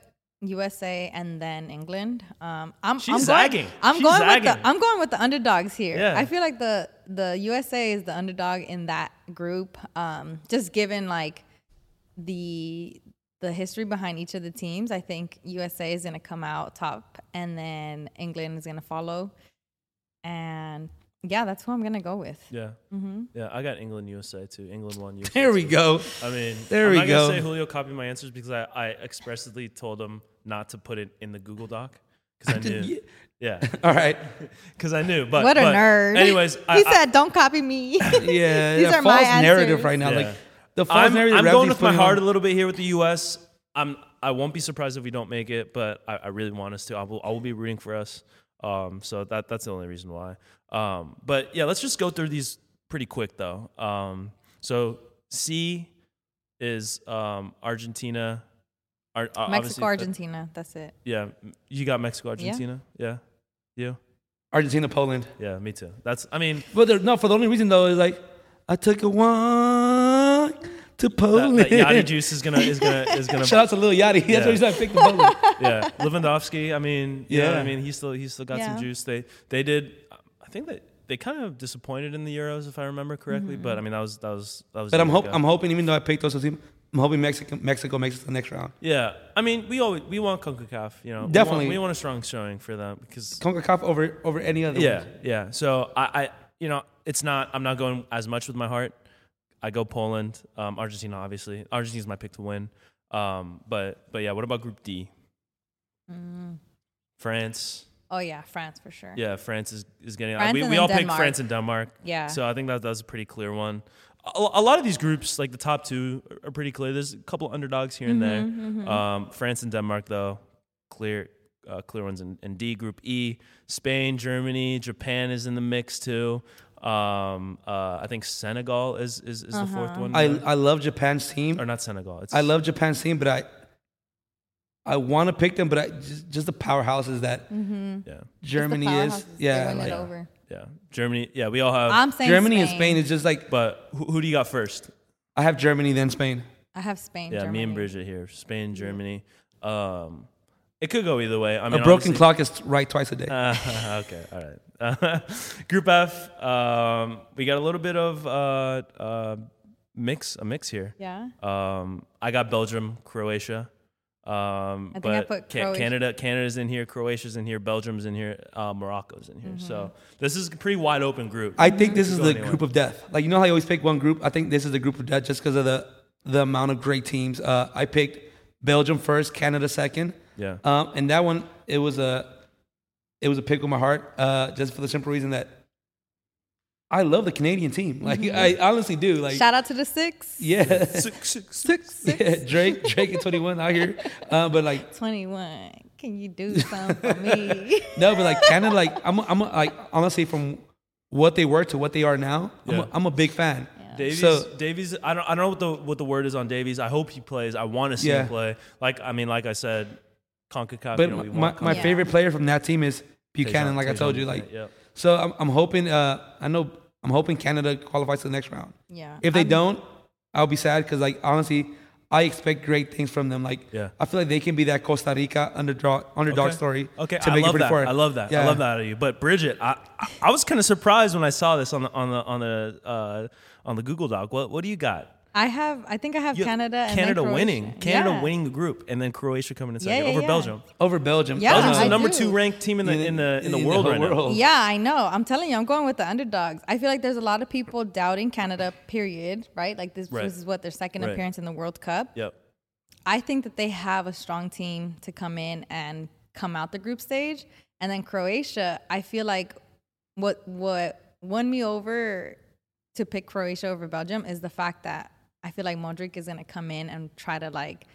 USA and then England. Um, I'm
She's
I'm going,
zagging.
I'm
She's
going with
zagging.
the I'm going with the underdogs here.
Yeah.
I feel like the the USA is the underdog in that group. Um, just given like the the history behind each of the teams, I think USA is going to come out top, and then England is going to follow. And yeah, that's who I'm going to go with.
Yeah.
Mm-hmm.
Yeah. I got England, USA too. England won. USA
There we
too.
go.
I mean,
There
I'm
we
not
go.
gonna say Julio copied my answers because I, I expressly told him not to put it in the Google Doc because I, knew. Yeah,
All right.
because I knew. But
what a
but
nerd!
Anyways,
he
I,
said, "Don't copy me."
Yeah,
These
the
are
false
my
narrative
answers.
right now.
Yeah.
Like the false
I, am
narrative.
I'm
Ramsey's
going with my
putting
heart a
on-
little bit here with the U.S. I'm I won't be surprised if we don't make it, but I, I really want us to. I will I will be rooting for us. Um, so that that's the only reason why. Um, but yeah, let's just go through these pretty quick though. Um, so C is um Argentina. Ar- uh, obviously-
Mexico, Argentina. That's it.
Yeah, m- you got Mexico,
Yeah.
Argentina. Yeah, you.
Argentina, Poland.
Yeah, me too. That's. I mean,
But there- no, for the only reason though is like I took a walk to
that,
Poland.
that Yachty juice is gonna is gonna is gonna.
Shout out to Lil Yachty. That's
Yeah.
why he's not picking Poland.
yeah, Lewandowski. I mean, yeah,
Yeah.
I mean, he still he still got some
Yeah.
juice. They they did. I think that they kind of disappointed in the Euros, if I remember correctly. But I mean, that was that was that was.
But
a
I'm
year
hope
ago.
I'm hoping even though I picked those two teams, I'm hoping Mexico Mexico makes it to the next round.
Yeah, I mean, we always we want Concacaf. You know, We want-
Definitely.
we want, a strong showing for them because.
CONCACAF over over any other.
Yeah,
ones.
yeah. So I, I, you know, it's not. I'm not going as much with my heart. I go Poland, um, Argentina, obviously. Argentina's my pick to win. Um, but but yeah, what about Group D? France.
Oh yeah, France for sure.
Yeah, France is, is getting.
France
we
and
we
then
all picked
Denmark.
France and Denmark.
Yeah.
So I think that that's a pretty clear one. A, a lot of these groups, like the top two, are- are pretty clear. There's a couple underdogs here and there.
Mm-hmm,
Um, France and Denmark, though, clear uh, clear ones in, in D. Group E, Spain, Germany, Japan is in the mix too. Um, uh, I think Senegal is is, is the
Uh-huh.
fourth one.
I I love Japan's team.
or not Senegal. It's,
I love Japan's team, but I I want to pick them, but I just, just the powerhouses that
Yeah,
Germany
It's Mm, the powerhouses.
is.
They
Yeah,
win it
like,
over.
yeah. Germany. Yeah, we all have.
I'm saying
Germany
Spain.
and Spain is just like
but who, who do you got first?
I have Germany then Spain.
I have Spain.
Yeah, me and
Germany.
Bridget here. Spain, Germany. Um, it could go either way. I mean,
a broken
obviously-
clock is right twice a day.
Uh, okay, all right. Group F. Um, we got a little bit of uh, uh, mix, a mix here.
Yeah.
Um, I got Belgium, Croatia. Um,
I think
but
I put
Ca-
Croatia.
Canada, Canada's in here, Croatia's in here, Belgium's in here, uh, Morocco's in here. So
Mm-hmm.
this is a pretty wide open group.
I think this is
Go
the
anywhere.
group of death. Like you know how you always pick one group. I think this is the group of death just because of the the amount of great teams. Uh, I picked Belgium first, Canada second.
yeah,
Um, and that one, it was a, it was a pick with my heart, uh, just for the simple reason that I love the Canadian team. Like I honestly do. Like
Shout out to the six.
yeah,
Mm-hmm. Six, six,
Yeah, Drake, Drake and Twenty One out here. Uh, but like
Twenty one. Can you do something for me?
no, but like Canada, like I'm, a, I'm a, like honestly from what they were to what they are now, I'm,
Yeah.
a, I'm a big fan.
Davies,
So-
Davies, I don't, I don't know what the what the word is on Davies. I hope he plays. I want to see
Yeah.
him play. Like, I mean, like I said, Concacaf.
But
you know, we
my,
want
my
Concacaf.
Yeah.
favorite player from that team is Buchanan,
Dejan-
like I told
Dejan
you.
Buchanan,
Like
yeah.
so, I'm, I'm hoping. Uh, I know I'm hoping Canada qualifies to the next round.
yeah.
If they
I'm-
don't, I'll be sad because like honestly, I expect great things from them. Like,
Yeah.
I feel like they can be that Costa Rica underdog underdog
Okay.
story.
Okay,
to
I
make it
love
pretty
that.
far.
I love that. I
Yeah.
love that out of you. But Bridget, I I- I was kind of surprised when I saw this on the on the on the uh, on the Google Doc. What what do you got?
I have. I think I have
You-
Canada. and then
Canada
Croatia.
winning. Canada
Yeah.
winning the group, and then Croatia coming in
Yeah,
second
yeah,
over
yeah.
Belgium.
Over Belgium.
Yeah,
Belgium's the
I
number
do.
two ranked team in the in the in the world right now.
world.
Yeah, I know. I'm telling you, I'm going with the underdogs. I feel like there's a lot of people doubting Canada. Period. Right? Like this,
Right.
this is what their second
Right.
appearance in the World Cup.
Yep.
I think that they have a strong team to come in and come out the group stage. And then Croatia, I feel like what what won me over to pick Croatia over Belgium is the fact that I feel like Modric is going to come in and try to like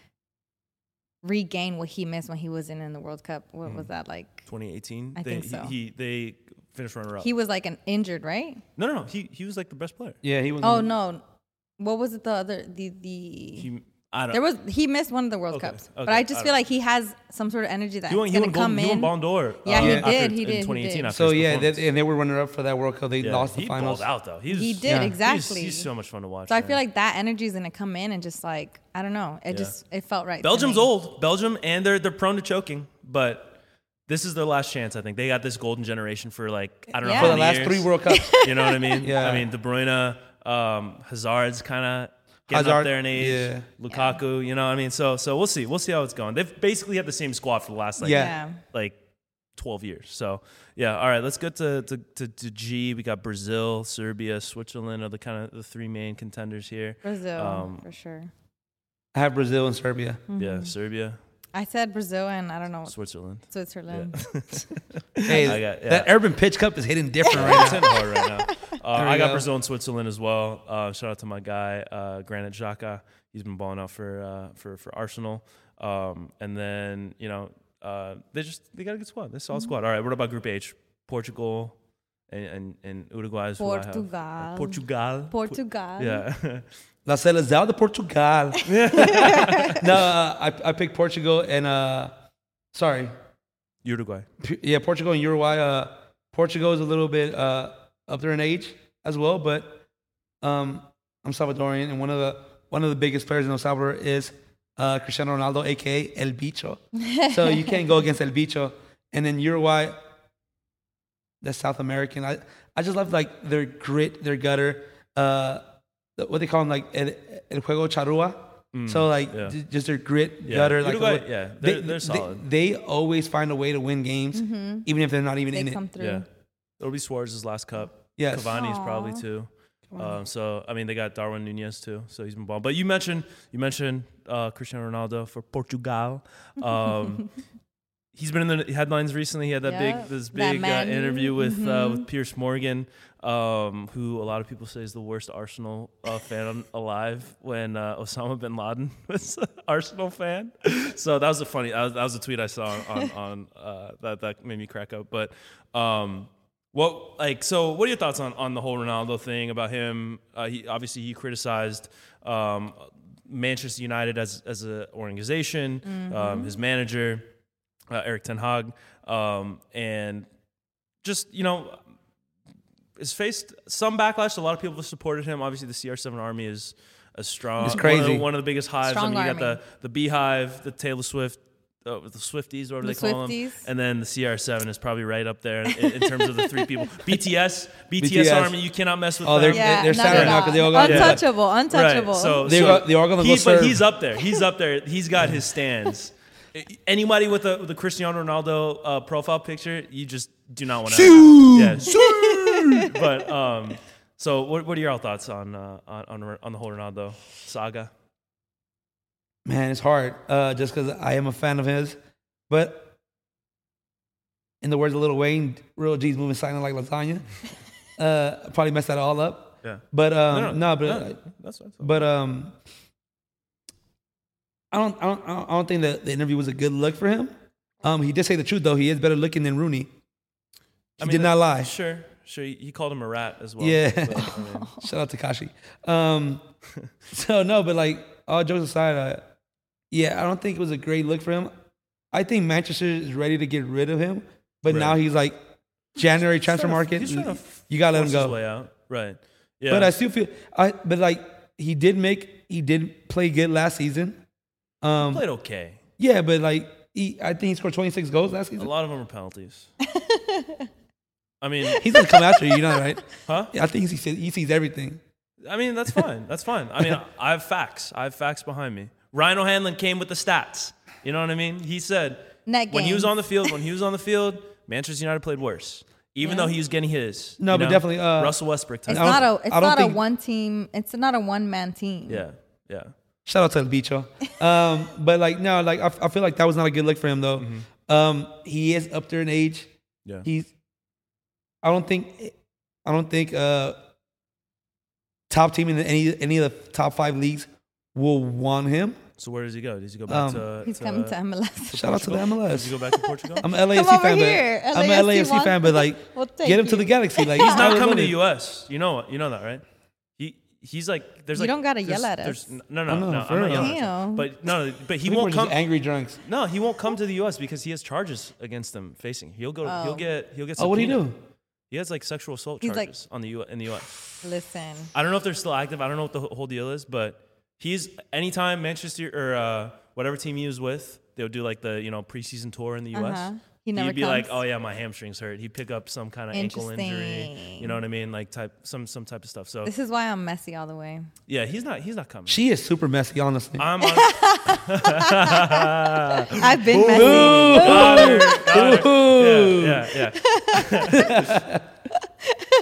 regain what he missed when he was in in the World Cup. What
Mm.
was that like?
2018.
I
they,
think
he-
so.
He, they finished runner up.
He was like an injured, right?
no, no, no. He he was like the best player.
Yeah, he was.
Oh no. What was it the other the the
He I don't.
there was he missed one of the World
Okay,
Cups, but
okay,
I
I
just
don't-
feel like he has some sort of energy that
he won, he
gonna
won,
come
Golden- he
in.
won Ballon d'Or. uh,
Yeah, he
after-
did, he
in
did, he
2018.
did.
after
So
his
yeah,
performance.
that, and they were runner up for that World Cup. They
Yeah,
lost the
he
finals.
balled out though. He, was,
He did,
he's-
exactly.
He's, so much fun to watch.
So I
man.
feel like that energy is gonna come in and just like I don't know. It just it felt right. to
Belgium's
me.
old. Belgium, and they're they're prone to choking, but this is their last chance. I think they got this golden generation for like I don't know
Yeah.
how
for the
many
last
years.
three World Cups.
You know what I mean?
Yeah.
I mean, De Bruyne, um, Hazard's kind of getting up
Hazard,
there in age.
yeah.
Lukaku, you know what I mean? So so we'll see. We'll see how it's going. They've basically had the same squad for the last like
Yeah.
Yeah.
like 12 years. So yeah, all right. Let's get to to, to, to G. We got Brazil, Serbia, Switzerland are the kind of the three main contenders here.
Brazil
Um,
for sure.
I have Brazil and Serbia.
Yeah, Serbia,
I said Brazil and I don't know
Switzerland.
Switzerland.
Hey,
I got- yeah.
that Urban Pitch Cup is hitting different right
It's hitting hard right now. Uh, I
we
got
go.
Brazil and Switzerland as well. Uh, shout out to my guy uh, Granit Xhaka. He's been balling out for uh, for for Arsenal. Um, and then you know uh, they just they got a good squad. They're a solid squad. All right, what about Group H? Portugal and and, and Uruguay. is who I have. uh,
Portugal.
Portugal.
Portugal.
Yeah.
La Seleção de Portugal. no, uh, I, I picked Portugal and uh, sorry,
Uruguay.
P- yeah, Portugal and Uruguay. Uh, Portugal is a little bit uh, up there in age as well, but um, I'm Salvadorian, and one of the one of the biggest players in El Salvador is uh, Cristiano Ronaldo, aka El Bicho. so you can't go against El Bicho. And then Uruguay, that's South American. I, I just love like their grit, their gutter. Uh, the- what they call them, like el, el juego charrua. so like
Hmm. yeah.
j- just their grit, gutter. Like
Uruguay, yeah, they're- they're solid.
They, always find a way to win games, even if they're not even
they
in
come
it.
Mm-hmm. through.
Yeah. It'll be Suarez's last cup.
Yes.
Cavani's probably too. Um, so I mean, they got Darwin Nunez too. So he's been balling. But you mentioned you mentioned uh, Cristiano Ronaldo for Portugal. Um, he's been in the headlines recently. He had that
Yep.
big this
That Mm-hmm.
big uh,
man-
interview with uh, with Pierce Morgan, um, who a lot of people say is the worst Arsenal uh, fan alive. When uh, Osama bin Laden was an Arsenal fan, so that was a funny. That was, that was a tweet I saw on on uh, that that made me crack up. But um, what like so? What are your thoughts on on the whole Ronaldo thing about him? Uh, he obviously he criticized. Um, Manchester United as as an organization, um, his manager, uh, Eric Ten Hag, um, and just you know, has faced some backlash. A lot of people have supported him. Obviously, the CR7 Army is a strong,
It's crazy.
One, of, one of the biggest hives. I
Strong
mean, you got the
army.
the Beehive, the Taylor Swift. Uh, the Swifties, whatever
The
they call them,
Swifties.
and then the CR7 is probably right up there in, in terms of the three people. BTS, BTS,
BTS.
Army, you cannot mess with
Oh,
them.
they're- Yeah, they're
not
sad
at
right now
'cause they all got-
untouchable, untouchable.
Right. So,
They
so
got- they are gonna go
he-
serve.
But he's up there. He's up there. He's got his stands. Anybody with a with a Cristiano Ronaldo uh, profile picture, you just do not want to. Yeah. but um, so what, what are your thoughts on uh, on on on the whole Ronaldo saga?
Man, it's hard uh, just because I am a fan of his. But in the words of Lil Wayne, Real G's moving silent like lasagna. uh, probably messed that all up.
Yeah.
But um, no, but
that's what I thought.
But um, I don't, I don't, I don't- I don't think that the interview was a good look for him. Um, he did say the truth though. He is better looking than Rooney. He
I uh,
did not lie.
Sure, sure. He he called him a rat as well.
Yeah.
So, I mean,
Shout out to Kashi. Um, so no, but like all jokes aside, uh, yeah, I don't think it was a great look for him. I think Manchester is ready to get rid of him, but
Right.
now he's like January transfer
trying to-
market.
he's trying to
you gotta let him
force his
go.
way out. Right. Yeah.
But I still feel I but like he did make he did play good last season. Um,
Played okay.
yeah, but like he, I think he scored 26 goals
A
last season.
lot of them are penalties. I mean,
He's gonna come after you, you know, right?
huh?
Yeah, I think he sees, he sees everything.
I mean, that's fine. That's fine. I mean, I have facts. I have facts behind me. Ryan O'Hanlon came with the stats. You know what I mean? He said
Net
when he was
games.
on the field, when he was on the field, Manchester United played worse, even though he was getting his.
No,
you
but
know?
definitely, uh,
Russell Westbrook. Type.
It's
I don't-
not a it's
I don't
not a
think-
one team. It's not a one man team.
yeah, yeah.
Shout out to El Bicho. Um, but like no, like I, I feel like that was not a good look for him though. Um, he is up there in age.
Mm-hmm. Yeah.
He's. I don't think. I don't think. Uh, top team in any any of the top five leagues will want him.
So where does he go? Does he go back
Um,
to?
He's coming to MLS.
Shout out to the
Does he
MLS.
go back to Portugal?
I'm an LAFC
Come over
fan,
here,
but I'm an
LAFC
LAFC fan, but like,
We'll take
get him to
you.
the Galaxy. Like,
He's not coming to
you.
U.S. You know, you know that, right? He he's like there's
You
like
don't gotta
there's-
yell at
there's-
us.
No, no,
I know,
no,
for
I'm not
real.
yelling. At
Damn.
you. But no, but he
He won't
won't come.
angry drunks.
No, he won't come to the U.S. because he has charges against him facing. He'll go. He'll
Oh.
get. He'll get.
Oh, what do you
subpoenaed.
do?
He has like sexual assault
He's like-
charges on the U. In the U.S.
Listen,
I don't know if they're still active. I don't know what the wh- whole deal is, but he's anytime Manchester or uh, whatever team he was with, they would do like the you know preseason tour in the U.S.
Uh-huh. He never
would be like,
comes.
oh yeah, my hamstrings hurt. He'd pick up some kind of ankle injury. You
Interesting.
know what I mean? Like type some some type of stuff. So
this is why I'm messy all the way.
yeah, he's not he's not coming.
She is super messy, honestly.
I'm on,
I've been messy.
yeah, yeah.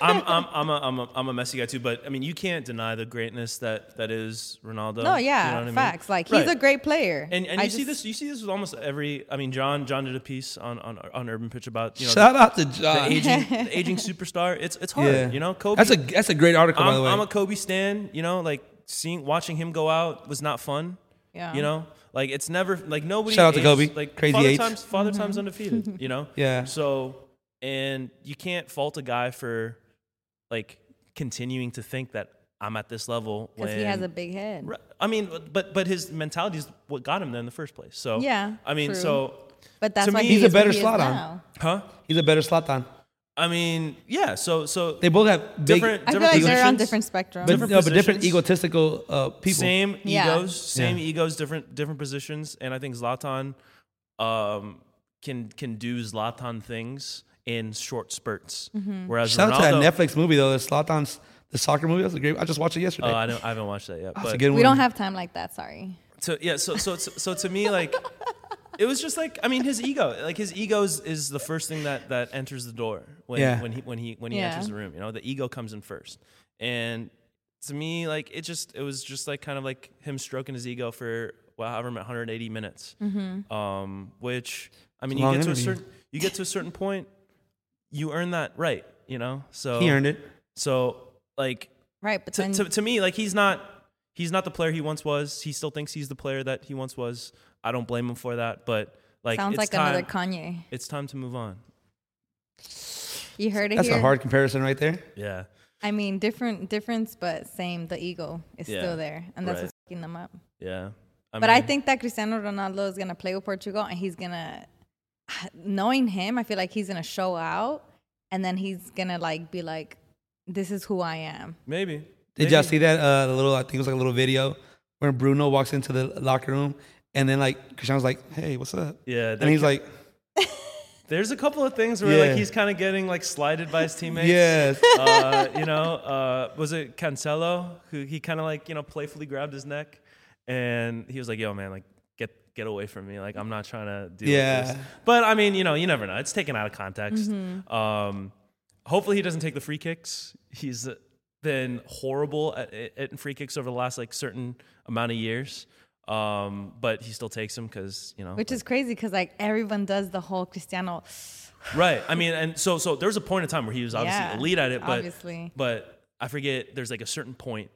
I'm, I'm, I'm, a, I'm, a, I'm a messy guy too, but I mean, you can't deny the greatness that, that is Ronaldo.
No,
You know
yeah,
what I mean?
facts. Like he's
Right.
a great player.
And, and
I
you see
just-
this, you see this with almost every. I mean, John, John did a piece on on, on Urban Pitch about you know
Shout out to
the
John.
aging the aging superstar. It's it's hard,
Yeah.
you know. Kobe,
That's a that's a great article,
I'm,
by the way.
I'm a Kobe stan. You know, like seeing watching him go out was not fun.
Yeah.
You know, like it's never like nobody.
Shout out to
aims-
Kobe.
Like
Crazy
father
eights.
times father
Mm-hmm.
times undefeated. You know.
Yeah.
So and you can't fault a guy for like continuing to think that I'm at this level
because he has
when-
a big head.
Re- I mean, but but his mentality is what got him there in the first place. So
Yeah,
I mean,
true.
so
But that's
to
why
me-
he
He's a
is what
better
he is
slot on.
now.
huh?
He's a better Slatan.
I mean, yeah. So so
They both have big,
different.
I feel
different
like they're on
positions.
different spectrum.
but,
different
no, but different
positions.
egotistical uh, people.
Same
Yeah.
egos, same
Yeah.
egos, different different positions, and I think Zlatan um, can can do Zlatan things in short spurts. Whereas
Shout out to that
Ronaldo,
Netflix movie though. The Slatan's the soccer movie. That's a great. I just watched it yesterday.
Oh, I don't, I haven't watched that yet.
that's a
but
good one.
we don't have time like that. Sorry.
so yeah, so so so, so to me like. It was just like I mean his ego, like his ego is, is the first thing that, that enters the door when
Yeah.
when he when he when he
Yeah.
enters the room. You know the ego comes in first, and to me like it just it was just like kind of like him stroking his ego for well, however 180 minutes. um, which I mean, you
It's a long
get to a
interview.
certain you get to a certain point, you earn that right, you know. So
He earned it.
So like
Right, but
to,
then
to to me, like he's not he's not the player he once was. He still thinks he's the player that he once was. I don't blame him for that, but like
sounds
it's
like
time,
another Kanye.
It's time to move on.
You heard it
That's
here.
a hard comparison right there.
Yeah,
I mean, different difference, but same. The ego is
Yeah,
still there, and that's
right.
what's fucking them up.
yeah.
But I
mean,
think that Cristiano Ronaldo is gonna play with Portugal, and he's gonna, knowing him, I feel like he's gonna show out, and then he's gonna like be like, "This is who I am."
maybe.
Did
maybe.
y'all see that? Uh, the little I think it was like a little video where Bruno walks into the locker room and then like Cristiano's like, "Hey, what's up?"
Yeah,
and he's like,
There's a couple of things where
Yeah.
like he's kind of getting like slighted by his teammates.
"Yes."
uh, you know, uh, was it Cancelo who he kind of like you know playfully grabbed his neck, and he was like, "Yo, man, like get get away from me! Like I'm not trying to deal
Yeah.
with this." But I mean, you know, you never know. It's taken out of context. Um, hopefully, he doesn't take the free kicks. He's uh, been horrible at, at free kicks over the last like certain amount of years. Um, but he still takes them because you know
Which is crazy because like everyone does the whole Cristiano.
Right. I mean, and so so there was a point in time where he was obviously
Yeah,
elite at it, but
obviously.
but I forget. There's like a certain point,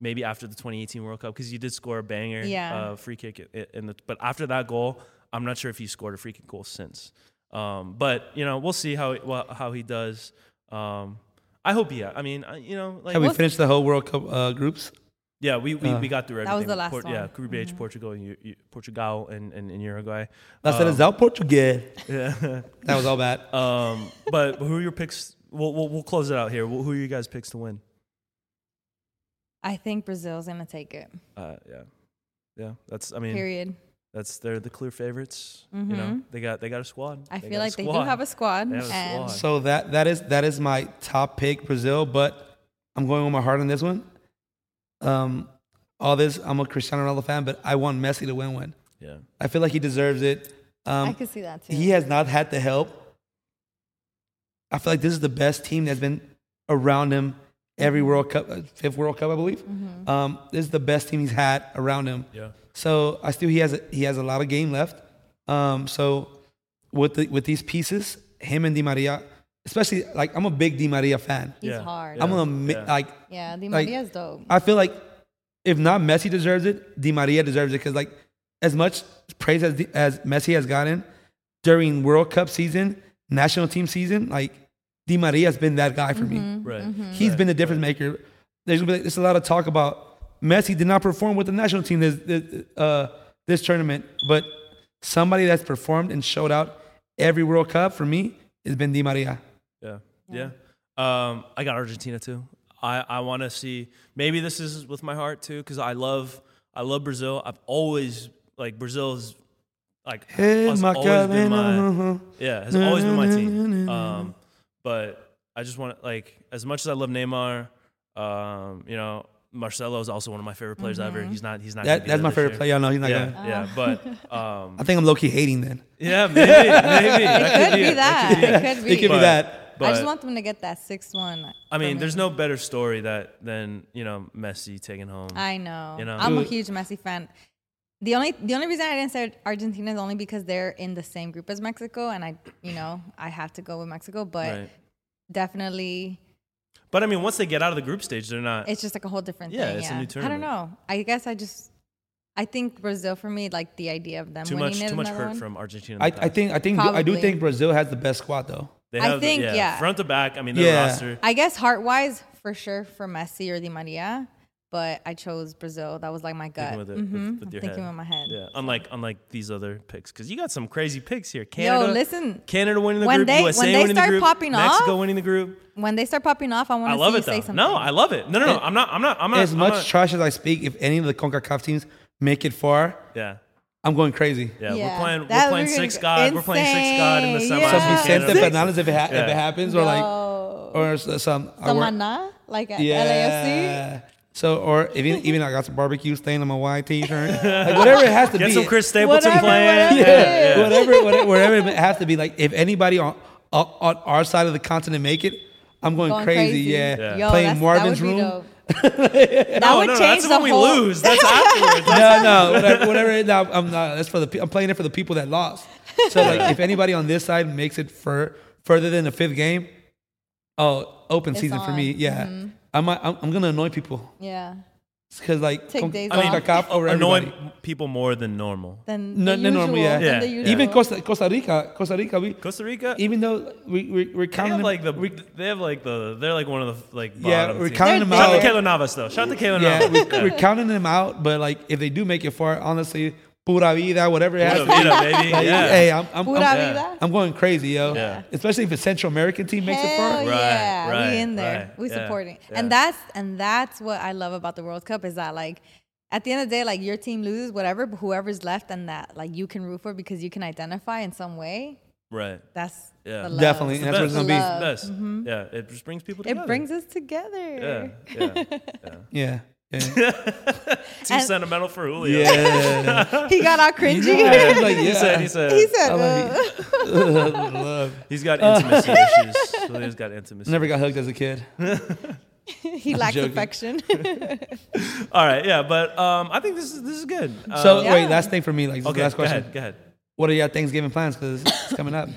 maybe after the 2018 World Cup, because he did score a banger,
Yeah.
uh, free kick. i- i- In the, but after that goal, I'm not sure if he scored a free kick goal since. Um, but you know, we'll see how wha- how he does. Um, I hope yeah. I mean, I, you know, like
Have we Uh. finished the whole World Cup uh, groups?
yeah, we, we, we got through everything.
was the last
Port- Yeah,
one. Mm-hmm.
Group H, Portugal, and U- U- Portugal, and, and, and Uruguay.
That's
Uh,
it. Is out Portuguese. Yeah. that was all bad.
Um, but who are your picks? We'll, we'll we'll close it out here. Who who are you guys picks to win?
I think Brazil's gonna take it.
Uh, yeah, yeah. That's I mean
Period. Mm-hmm.
that's they're the clear favorites. You know they got they got a squad.
I
They
feel
got a
like they do
squad.
have a squad.
They have a
and
squad.
So that that is that is my top pick, Brazil. But I'm going with my heart on this one. Um, all this, I'm a Cristiano Ronaldo fan, but I want Messi to win one.
Yeah,
I feel like he deserves it. Um,
I could see that too.
he has not had the help. I feel like this is the best team that's been around him every
Mm-hmm.
World Cup, uh, fifth World Cup, I believe. Um, this is the best team he's had around him.
yeah.
So I still he has a, he has a lot of game left. Um, so with the, with these pieces, him and Di Maria, especially like I'm a big Di Maria fan.
He's
Yeah.
hard.
Yeah.
I'm gonna mi-
Yeah.
like
yeah, Di
Like-
Maria's dope.
I feel like if not Messi deserves it, Di Maria deserves it because like as much praise as Di- as Messi has gotten during World Cup season, national team season, like Di Maria has been that guy for me.
Right.
Mm-hmm.
He's been the difference maker. There's gonna be like, there's a lot of talk about Messi did not perform with the national team this this, uh, this tournament, but somebody that's performed and showed out every World Cup for me has been Di Maria.
Yeah. Yeah. Um, I got Argentina too. I, I want to see. Maybe this is with my heart too, because I love I love Brazil. I've always like Brazil's like
Hey,
has
my
always been my
Macarena.
yeah has always been my team. Um, but I just want like as much as I love Neymar, um, you know Marcelo is also one of my favorite players ever. He's not he's not gonna
Mm-hmm. That,
be
that's
there
my
this
favorite
year.
player. I know he's not
Yeah,
gonna.
yeah, but um,
I think I'm low key hating then.
yeah, maybe, maybe
It could be that. It could be.
It could be that.
But,
I just want them to get that sixth one.
I
for
mean,
me.
there's no better story that than you know Messi taking home.
I know.
You know?
I'm a
Dude.
huge Messi fan. The only the only reason I didn't say Argentina is only because they're in the same group as Mexico, and I you know I have to go with Mexico, but
right.
definitely
But I mean, once they get out of the group stage, they're not.
it's just like a whole different
Yeah,
thing.
it's a
yeah,
new
I don't
tournament.
know. I guess I just I think Brazil for me like the idea of them
too
winning
much,
it
too much
another
hurt
one.
from Argentina. in the
I, I
past.
think I think I do
Probably.
think Brazil has the best squad though.
They
I think, yeah.
front to back. I mean, their
Yeah.
roster.
I guess heart wise for sure for Messi or Di Maria, but I chose Brazil. That was like my gut.
Thinking with it,
Mhm.
with, with your
I'm thinking
head.
with my head.
Yeah, unlike unlike these other picks, because you got some crazy picks here. Canada,
Yo, listen.
Canada winning the
When
group,
they-
USA
when they
winning
start
the group,
popping
Mexico
off,
winning the group.
When they start popping off, I want
I
to see
love
you
it
say
though.
something.
No, I love it. No, no, no. I'm not. I'm not. I'm not.
As
I'm
much
not-
trash as I speak, if any of the CONCACAF teams make it far,
Yeah.
I'm going crazy.
Yeah,
Yeah.
we're playing.
That
we're playing
we're gonna
six
go
God. We're playing six God in the
insane.
semi.
Yeah.
Some
Ah.
Vicente
Yeah.
Fernandez if it, ha- if
Yeah.
it happens, or like
Yo.
or s- some or-
Samana, like at LAFC.
yeah. So or even even I got some barbecue stain on my white T-shirt, like whatever it has to
Get
be.
some Chris Stapleton
Whatever,
playing.
whatever.
Yeah, yeah.
whatever, whatever, wherever it has to be. Like if anybody on on on our side of the continent make it, I'm going,
Going
crazy.
crazy.
Yeah,
Yeah.
Yo,
playing
that's-
Marvin's
that would be
room.
dope. that would
no, no, that's
change the
when
whole.
we lose. That's afterwards.
no, no, whatever. whatever no, I'm not. That's for the. pe- I'm playing it for the people that lost. So like, if anybody on this side makes it for further than the fifth game, oh, open
It's
season for me.
on. Mm-hmm.
Yeah, I might, I'm. I'm gonna annoy people
Yeah.
because like,
Take days
I mean,
off.
Kakaf over
annoying
everybody.
people more than normal.
Then
No,
the
no,
usual.
normally, yeah.
Than the
Yeah.
usual.
Even Costa, Costa Rica, Costa Rica, we
Costa Rica,
even though we we we're
they
counting
have like the
we,
they have like the they're like one of the like
yeah
bottom
we're
teams.
counting them
They're
Shout out
out.
to Keylor Navas though. Shout out to Keylor
Yeah,
Navas.
we, we're counting them out. But like, if they do make it far, honestly, pura vida, whatever it has to
Pura
be.
vida, baby.
Like,
Yeah.
Hey, I'm, I'm,
Pura
I'm,
vida.
I'm going crazy, yo.
Yeah.
Especially if a Central American team makes it
Hell
far.
Right,
yeah,
right,
we in there.
right,
we
yeah,
supporting,
yeah.
and that's and that's what I love about the World Cup is that like at the end of the day, like your team loses, whatever, but whoever's left and that like you can root for because you can identify in some way.
Right.
That's
Yeah.
the love.
Definitely, and
The
that's what it's
best.
gonna
It's
be.
the best. Yeah. It just brings people
It
together.
brings us together.
Yeah. Yeah.
Yeah. Yeah.
Too
And-
sentimental for Julio.
yeah.
He got all cringy.
I'm like,
He said. He
yeah.
said.
he said,
I'm
uh,
like, love.
he's got intimacy issues. Julio's got intimacy.
Never got hugged as a kid.
Uh,
he lacks
joking.
affection.
All right. Yeah. But um, I think this is this is good. Uh,
So
Yeah.
wait, last thing for me, like this is the
okay.
last
go
question.
ahead. Go ahead.
What are your Thanksgiving plans? Because it's coming up.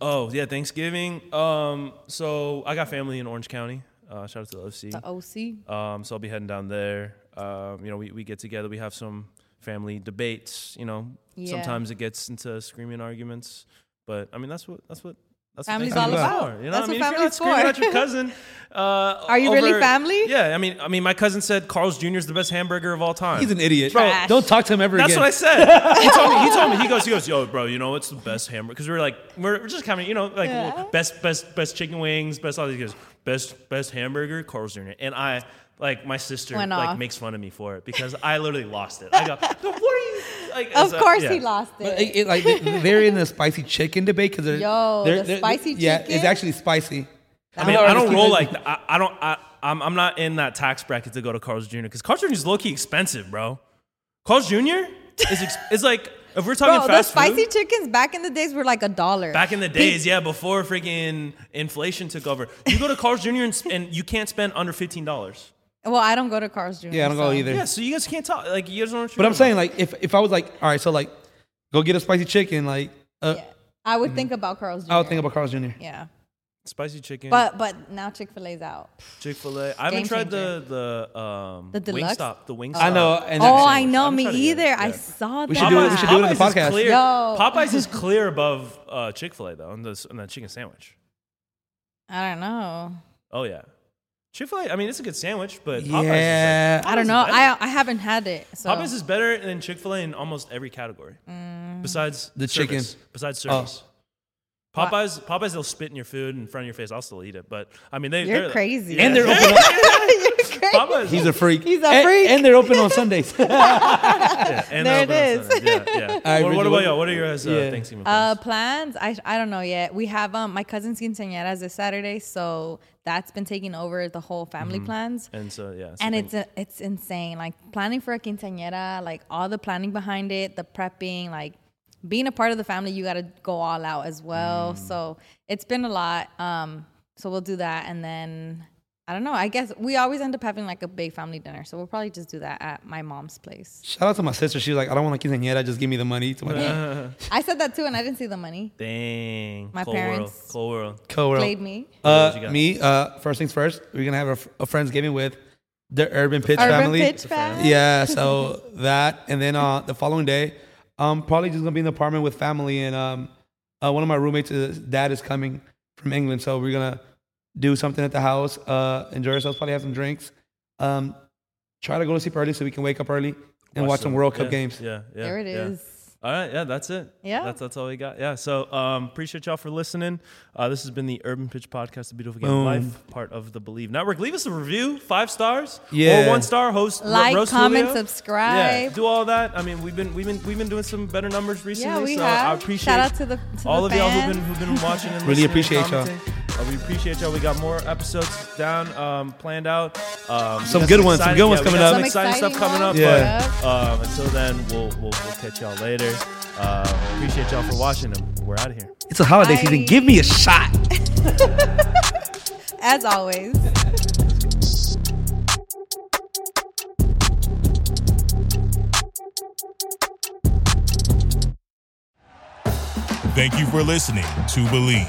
Oh yeah, Thanksgiving. Um, so I got family in Orange County. Uh, shout out to the OC.
the OC.
Um, so I'll be heading down there. Um, you know, we, we get together, we have some family debates. You know,
Yeah.
sometimes it gets into screaming arguments, but I mean that's what that's what. That's
Family's
what Thanksgiving's
all
about.
For, you know,
That's
I mean,
what
if you're not
family's
screaming
for.
at your cousin, uh, are
you really family?
Yeah, I mean, I mean, my cousin said Carl's Jr. is the best hamburger of all time.
He's an idiot.
Trash.
Don't talk to him ever
That's
again.
what I said. He told me. He told me. He goes. He goes. Yo, bro. You know it's the best hamburger because we are like we're, we're just kind of you know like
Yeah.
best best best chicken wings best all these. He goes best best hamburger Carl's Jr. And I Like my sister
Went
like
off.
makes fun of me for it because I literally lost it. I go, "The- what are you? Like,
Of
as a-
course
yeah.
he lost
But
it.
it, it, like they- they're in the spicy chicken debate because they're
Yo,
they're,
the
they're-
spicy
yeah, it's
chicken?
actually spicy.
I mean,
I'm
I
already
don't roll
keeping-
like that. I, I don't. I, I'm, I'm not in that tax bracket to go to Carl's Jr. because Carl's Jr. is low key expensive, bro. Carl's Jr. is ex- is like if we're talking
Bro, those
fast
spicy
food.
chickens back in the days were like a dollar.
Back in the days, yeah, before freaking inflation took over, you go to Carl's Jr. and, s- and you can't spend under fifteen dollars.
Well, I don't go to Carl's Jr.
Yeah, I don't go
so-
either.
Yeah, so you guys can't talk. Like you guys don't. Know what you're
But I'm
talking
saying
about.
like if if I was like all right, so like go get a spicy chicken, like uh,
Yeah. I would think about Carl's Jr.
I would think about Carl's Jr.
Yeah.
spicy chicken,
But but now Chick Fil A's out.
Chick Fil A. I haven't
Game
tried the the um
The deluxe?
Wingstop. The Wingstop.
I know, and
oh,
that's-
I know
I'm
me
trying to get it.
either. I
Yeah.
saw
We
that.
should do it- we should do it on the
Popeyes is
podcast.
Clear,
Yo.
Popeyes is clear above uh, Chick Fil A though, on the on that chicken sandwich.
I don't know.
Oh yeah, Chick Fil A. I mean, it's a good sandwich, but Popeyes
Yeah.
is like,
I don't
Popeyes
know.
Is better.
I I haven't had it. So
Popeyes is better than Chick Fil A in almost every category,
Mm.
besides
The
service,
chicken.
Besides
Oh.
service, Popeyes Popeyes they'll spit in your food in front of your face. I'll still eat it, but I mean they
You're
they're,
crazy.
And they're open. on,
Popeyes.
he's a freak.
He's a
And-
freak.
And, they're open on Sundays. all
yeah, and
There
they're
it
open on Sunday. Yeah, yeah. what, what
right, Bridget,
about
what-
y'all? What are your guys' uh,
yeah.
Thanksgiving
Uh,
plans?
plans? I I don't know yet. We have um my cousin's quinceañeras this Saturday, so that's been taking over the whole family
Mm-hmm.
plans.
and so yeah, so
and
thank-
it's a, it's insane. Like planning for a quinceañera, like all the planning behind it, the prepping, like being a part of the family, you got to go all out as
Mm.
well. So it's been a lot. Um, so we'll do that, and then I don't know. I guess we always end up having like a big family dinner, so we'll probably just do that at my mom's place.
Shout out to my sister. She was like, I don't want a quinceañera. Just give me the money. To my
I said that too, and I didn't see the money.
Dang.
My
Cold World.
parents-
Cold World.
co-world.
Played me.
you
Uh,
got?
me. Uh, first things first. We're gonna have a, fr- a friendsgiving with the Urban Pitch
Urban
family.
Pitch Fest.
Yeah. So that, and then uh, the following day, I'm probably just gonna be in the apartment with family, and um, uh, one of my roommates' his dad is coming from England, so we're gonna do something at the house, uh, enjoy ourselves, probably have some drinks, um, try to go to sleep early so we can wake up early and watch, some World Cup
yeah,
games.
Yeah, yeah.
There it
yeah.
is.
All right, yeah, that's it.
Yeah.
that's that's all we got. Yeah, so um, appreciate y'all for listening. Uh, this has been the Urban Pitch Podcast, the beautiful game of
Boom.
life, part of the Believe Network. Leave us a review, five stars,
Yeah.
or one star. Host Ro-
Like,
roast
comment,
Julio.
subscribe.
Yeah, do all that. I mean, we've been we've been we've been doing some better numbers recently.
we
so I
have.
appreciate
Shout out to the- to the
all of y'all who've
fans.
been who've been watching and
Really
listening and
appreciate y'all.
commenting. Uh, we appreciate y'all. We got more episodes down, um, planned out. Um,
Some
we got
good ones, some
exciting-
good ones
yeah, we
coming
got
up.
Some
Some
exciting stuff
exciting
coming up.
ones
Yeah.
coming
But, um, until then, we'll, we'll we'll catch y'all later. Uh, appreciate y'all for watching, and we're out of here.
It's a holiday season.
Bye.
Give me a shot.
As always.
Thank you for listening to Believe.